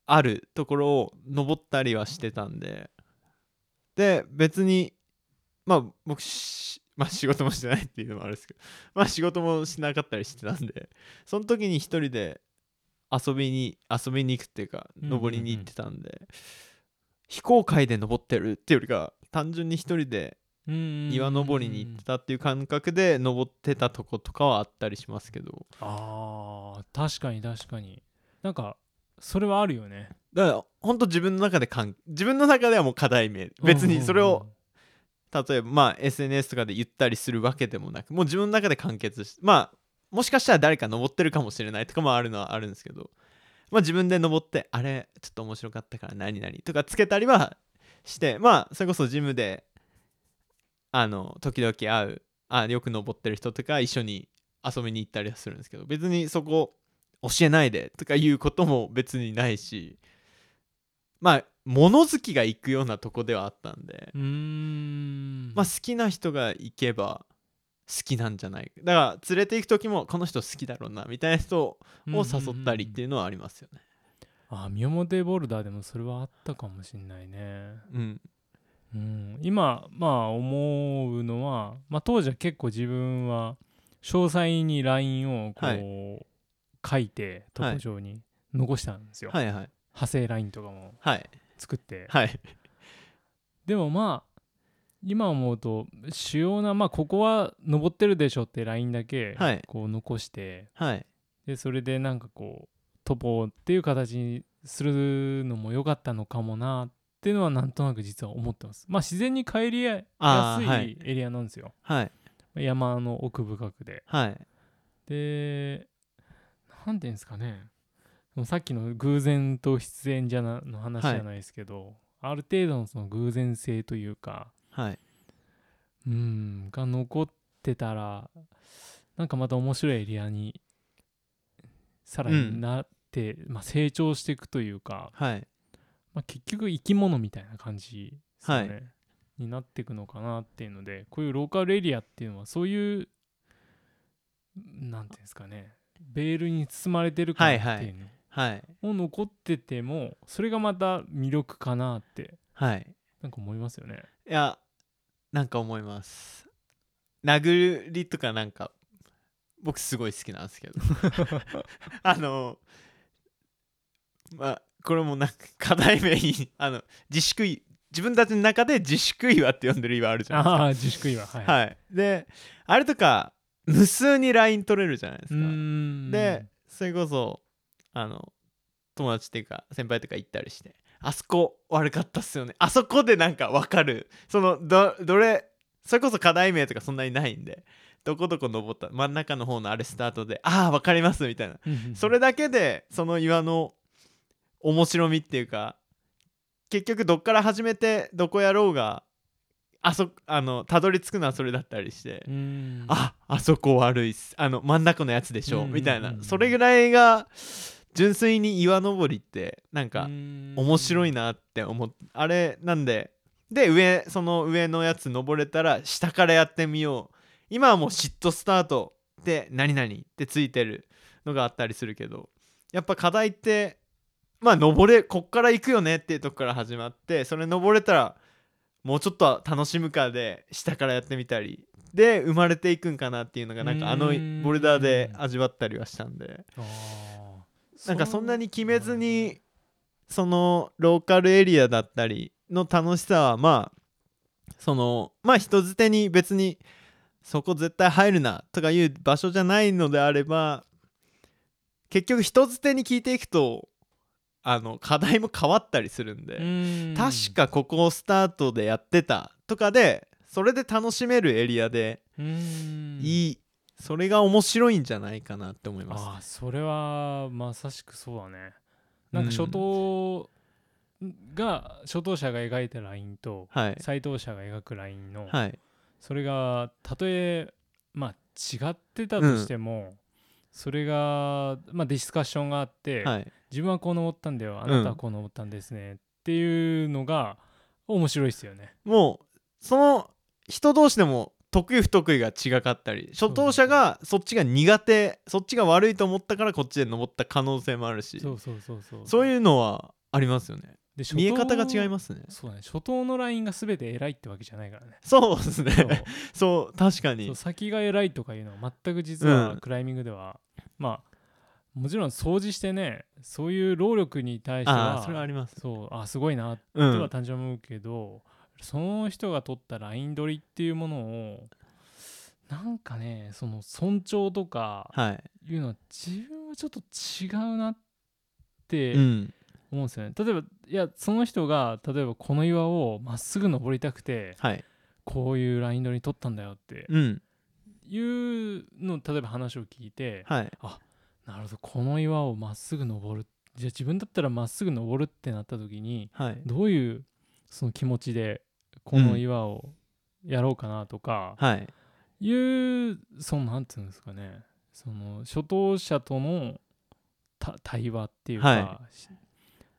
B: あるところを登ったりはしてたんでで別にまあ僕し まあ仕事もしてないっていうのもあるんですけど まあ仕事もしなかったりしてたんでその時に一人で遊びに遊びに行くっていうか
A: うんうんうん
B: 登りに行ってたんで、非公開で登ってるっていうよりか単純に一人で岩
A: 岩
B: 登りに行ってたっていう感覚で登ってたとことかはあったりしますけど
A: あー確かに確かになんかそれはあるよね
B: だからほんと自分の中でかん自分の中ではもう課題名別にそれを例えばまあ SNS とかで言ったりするわけでもなくもう自分の中で完結してまあもしかしたら誰か登ってるかもしれないとかもあるのはあるんですけどまあ自分で登ってあれちょっと面白かったから何々とかつけたりはしてまあそれこそジムであの時々会うあよく登ってる人とか一緒に遊びに行ったりはするんですけど別にそこ教えないでとかいうことも別にないしまあ物好きが行くようなとこではあったんで
A: うんうんうんうんうーん
B: まあ、好きな人が行けば好きなんじゃないだから連れて行く時もこの人好きだろうなみたいな人を
A: うんうんうん
B: 誘ったりっていうのはありますよね。
A: あミオモテボルダーでもそれはあったかもしんないね
B: うん
A: うん今まあ思うのは、まあ、当時は結構自分は詳細に LINE をこう、
B: は
A: 書いてトップ上に残したんですよ、
B: はいはい
A: 派生 LINE とかも
B: はい
A: 作って
B: はい
A: でもまあ今思うと主要なまあここは登ってるでしょって LINE だけ
B: はい
A: こう残して、
B: はい
A: でそれでなんかこうトポっていう形にするのも良かったのかもなっていうのはなんとなく実は思ってますまあ自然に帰りや
B: あー
A: す
B: はい
A: いエリアなんですよ、
B: はい
A: 山の奥深くで
B: はい
A: で何ていうんですかねもうさっきの偶然と必然じゃなの話じゃないですけど、ある程度のその偶然性というか
B: はい
A: うんが残ってたらなんかまた面白いエリアにさら
B: うん
A: になって、まあ、成長していくというか、
B: はい
A: まあ、結局生き物みたいな感じですよね、
B: は
A: になっていくのかなっていうのでこういうローカルエリアっていうのはそういうなんていうんですかねベールに包まれてる感っていうの
B: はい
A: も残っててもそれがまた魅力かなって
B: はい
A: なんか思いますよね。
B: いやなんか思います。殴りとかなんか僕すごい好きなんで すけどあのまあこれもなんか課題名にあの自粛い自分たちの中で自粛岩って呼んでる岩あるじゃないです
A: ああ自粛ははい。
B: か。はい、であれとか無数に LINE 取れるじゃないです
A: う
B: か。
A: ーん
B: でそれこそあの友達っていうか先輩とか行ったりしてあそこ悪かったっすよねあそこでなんか分かるそのどどれそれこそ課題名とかそんなにないんでどこどこ登った真ん中の方のあれスタートでああ分かりますみたいな
A: うんうんうん
B: それだけでその岩の面白みっていうか結局どっから始めてどこやろうがあそあのたどり着くのはそれだったりして
A: う、ん
B: ああそこ悪いっすあの真ん中のやつでし
A: う
B: ょ、
A: んうんうん
B: みたいなそれぐらいが純粋に岩登りってなん
A: う
B: か
A: ん
B: 面白いなって思っあれなんでで上その上のやつ登れたら下からやってみよう今はもう嫉妬スタートで何々ってついてるのがあったりするけどやっぱ課題ってまあ登れこっから行くよねっていうとこから始まってそれ登れたらもうちょっとは楽しむかで下からやってみたりで生まれていくんかなっていうのがなんかあの
A: うーん
B: ボルダーで味わったりはしたんで。
A: あー
B: なんかそんなに決めず
A: なる
B: にそのローカルエリアだったりの楽しさはまあそのまあ人づてに別にそこ絶対入るなとかいう場所じゃないのであれば結局人づてに聞いていくとあの課題も変わったりするんで、
A: ほどうん
B: 確かここをスタートでやってたとかでそれで楽しめるエリアで
A: うん
B: いい、それが面白いんじゃないかなって思います
A: ああそれはまさしくそうだねなんか初頭が、初頭者が描いたラインと
B: はい
A: 再頭者が描くラインの、
B: はい
A: それがたとえまあ違ってたとしても、それが、まあ、ディスカッションがあって、
B: はい
A: 自分はこう思ったんだよあなたはこう思ったんですね、っていうのが面白いですよね。
B: もうその人同士でも得意不得意が違かったり初等者がそっちが苦手そっちが悪いと思ったからこっちで登った可能性もあるし
A: そうそうそうそう
B: そ
A: う
B: ういうのはありますよね見え方が違い
A: ま
B: ますね
A: そうだね初頭のラインが全て偉いってわけじゃないからね。
B: そうです
A: そう
B: ねそう確か
A: そ
B: に
A: う先が偉いとかいうのは全く実
B: う
A: は
B: ん
A: クライミングでは、まあもちろん掃除してねそういう労力に対して
B: あ
A: は
B: あそれはあります
A: そうあすごいな
B: う
A: とは
B: ん
A: 単純に思うけど、その人が取ったライン取りっていうものをなんかねその尊重とか
B: はい
A: いうのは自分はちょっと違うなって
B: うん
A: 思うんですよね、例えばいやその人が例えばこの岩をまっすぐ登りたくて
B: はい
A: こういうライン取り取ったんだよって
B: うん
A: いうの例えば話を聞いて
B: はい
A: なるほどこの岩をまっすぐ登るじゃあ自分だったらまっすぐ登るってなった時に
B: はい
A: どういうその気持ちでこの岩をやろうかなとか、
B: はい
A: いうそのなんていうんですかねその初等者とのた対話っていうか、
B: は
A: し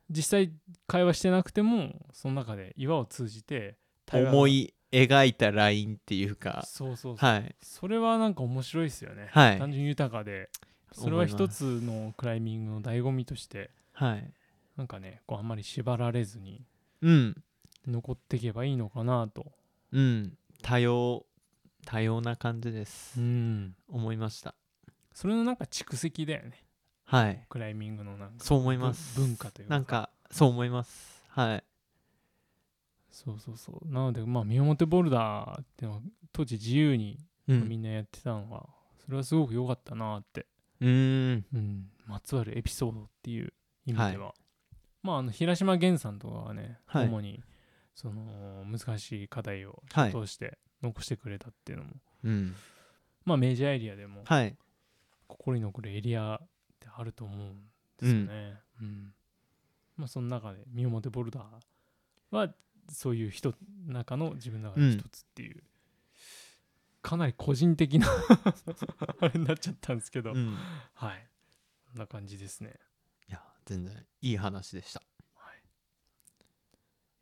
A: 実際会話してなくてもその中で岩を通じて対話が
B: 思い描いたラインっていうか
A: そうそうそう、
B: はい
A: それはなんか面白いですよね、
B: はい
A: 単純豊かでそれは一つのクライミングの醍醐味として
B: はい
A: なんかねこうあんまり縛られずに
B: うん
A: 残っていけばいいのかなと
B: うん多様多様な感じです
A: うん
B: 思いました
A: それのなんか蓄積だよね
B: はい
A: クライミングのなんか
B: そう思います
A: ぶ文化というか
B: なんかそう思いますはい
A: そうそうそうなのでまあ宮本ボルダーっていうのは当時自由に
B: う
A: み
B: ん
A: んなやってたのが、それはすごく良かったなって、
B: うーん
A: うん、まつわるエピソードっていう意味では、まああの平島源さんとかはね、
B: はい
A: 主にその難しい課題を
B: はい
A: 通して残してくれたっていうのも、
B: うん
A: まあメジャーエリアでも
B: はい
A: 心に残るエリアってあると思うんですよね。うんまあ、その中で身表ボルダーはそういう人中の自分の中の一つっていう、かなり個人的な あれになっちゃったんですけど、
B: うん
A: はいこんな感じですね。
B: いや全然いい話でした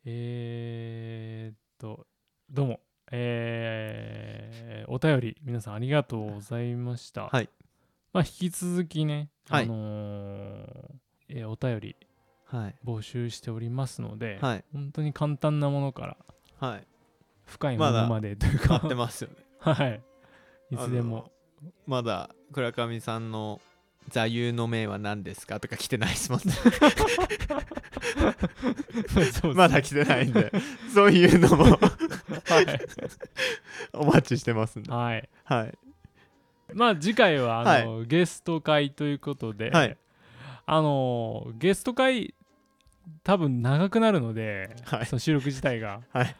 A: えー、っとどうも、えーお便り皆さんありがとうございました。
B: はい
A: まあ、引き続きね、
B: はい
A: あのーえーお便り
B: はい
A: 募集しておりますので、
B: はい
A: 本当に簡単なものから
B: はい
A: 深いも
B: ま
A: の
B: だ
A: までという
B: 変
A: か、
B: わってますよね
A: はいいつでも
B: あのまだ倉上さんの座右の銘は何ですかとか来てないですもんね
A: そうですね
B: まだ来てないんで そういうの も
A: はい、
B: お待ちしてますんで
A: はい、
B: はい
A: まあ次回はあの、ゲスト会ということで、
B: はい
A: あのーゲスト会多分長くなるので、
B: はい
A: その収録自体が、
B: はい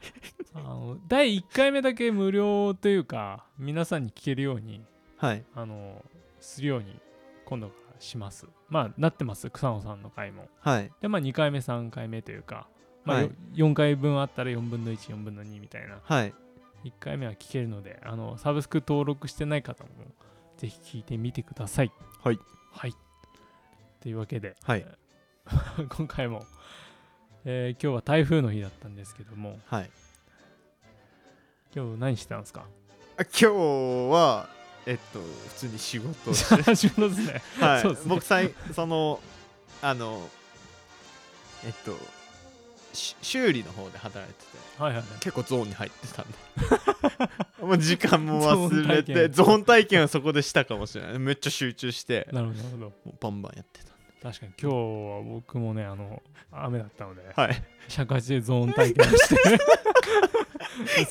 A: あの第1回目だけ無料というか皆さんに聞けるように
B: はい
A: あのするように今度からしますまあなってます草野さんの回も
B: はい
A: でまあ2回目3回目というか、まあ
B: はい
A: よ4回分あったら4分の14分の2みたいな
B: はい
A: 1回目は聞けるのであのサブスク登録してない方もぜひ聞いてみてください
B: はい
A: はいというわけで、
B: はい
A: 今回も、えー今日は台風の日だったんですけども
B: はい
A: 今日何してたんですか
B: あ今日はえっと普通に仕事をし
A: 仕事です ね
B: はい、
A: そうですね
B: 僕さいそのあのえっとし修理の方で働いてて
A: はいはい
B: 結構ゾーンに入って たんでもう時間も忘れて
A: ゾ
B: ゾーン体験はそこでしたかもしれないめっちゃ集中して
A: なるほどなるほど
B: もうバンバンやって
A: 確かに今日は僕もねあの雨だったので
B: たはい
A: 尺八でゾーン体験をして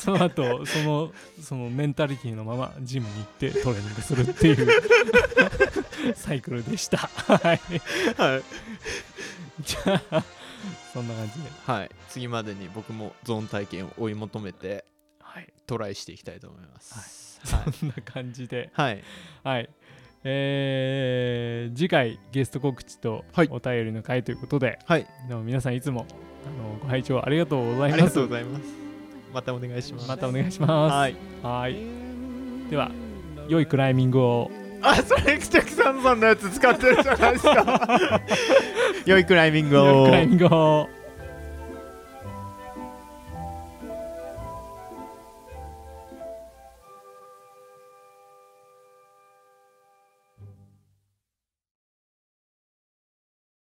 A: その後そのそのメンタリティのままジムに行ってトレーニングするっていうサイクルでしたはい
B: はい、
A: じゃあそんな感じで
B: はい、次までに僕もゾーン体験を追い求めて
A: はい
B: トライしていきたいと思います。はい
A: そんな感じで
B: はい、
A: はいえー次回ゲスト告知と
B: はい
A: お便りの回ということで、
B: はい、
A: どうも皆さんいつもあのご拝聴ありがとうござ
B: あ
A: い
B: り
A: ま
B: が
A: す
B: とうございます。またお願いします。
A: またお願いします
B: はい。
A: はいでは良いクライミングを
B: あ、それキャキ さんさんのやつ使ってるじゃないですか。良いクライミングを。
A: 良いクライミングを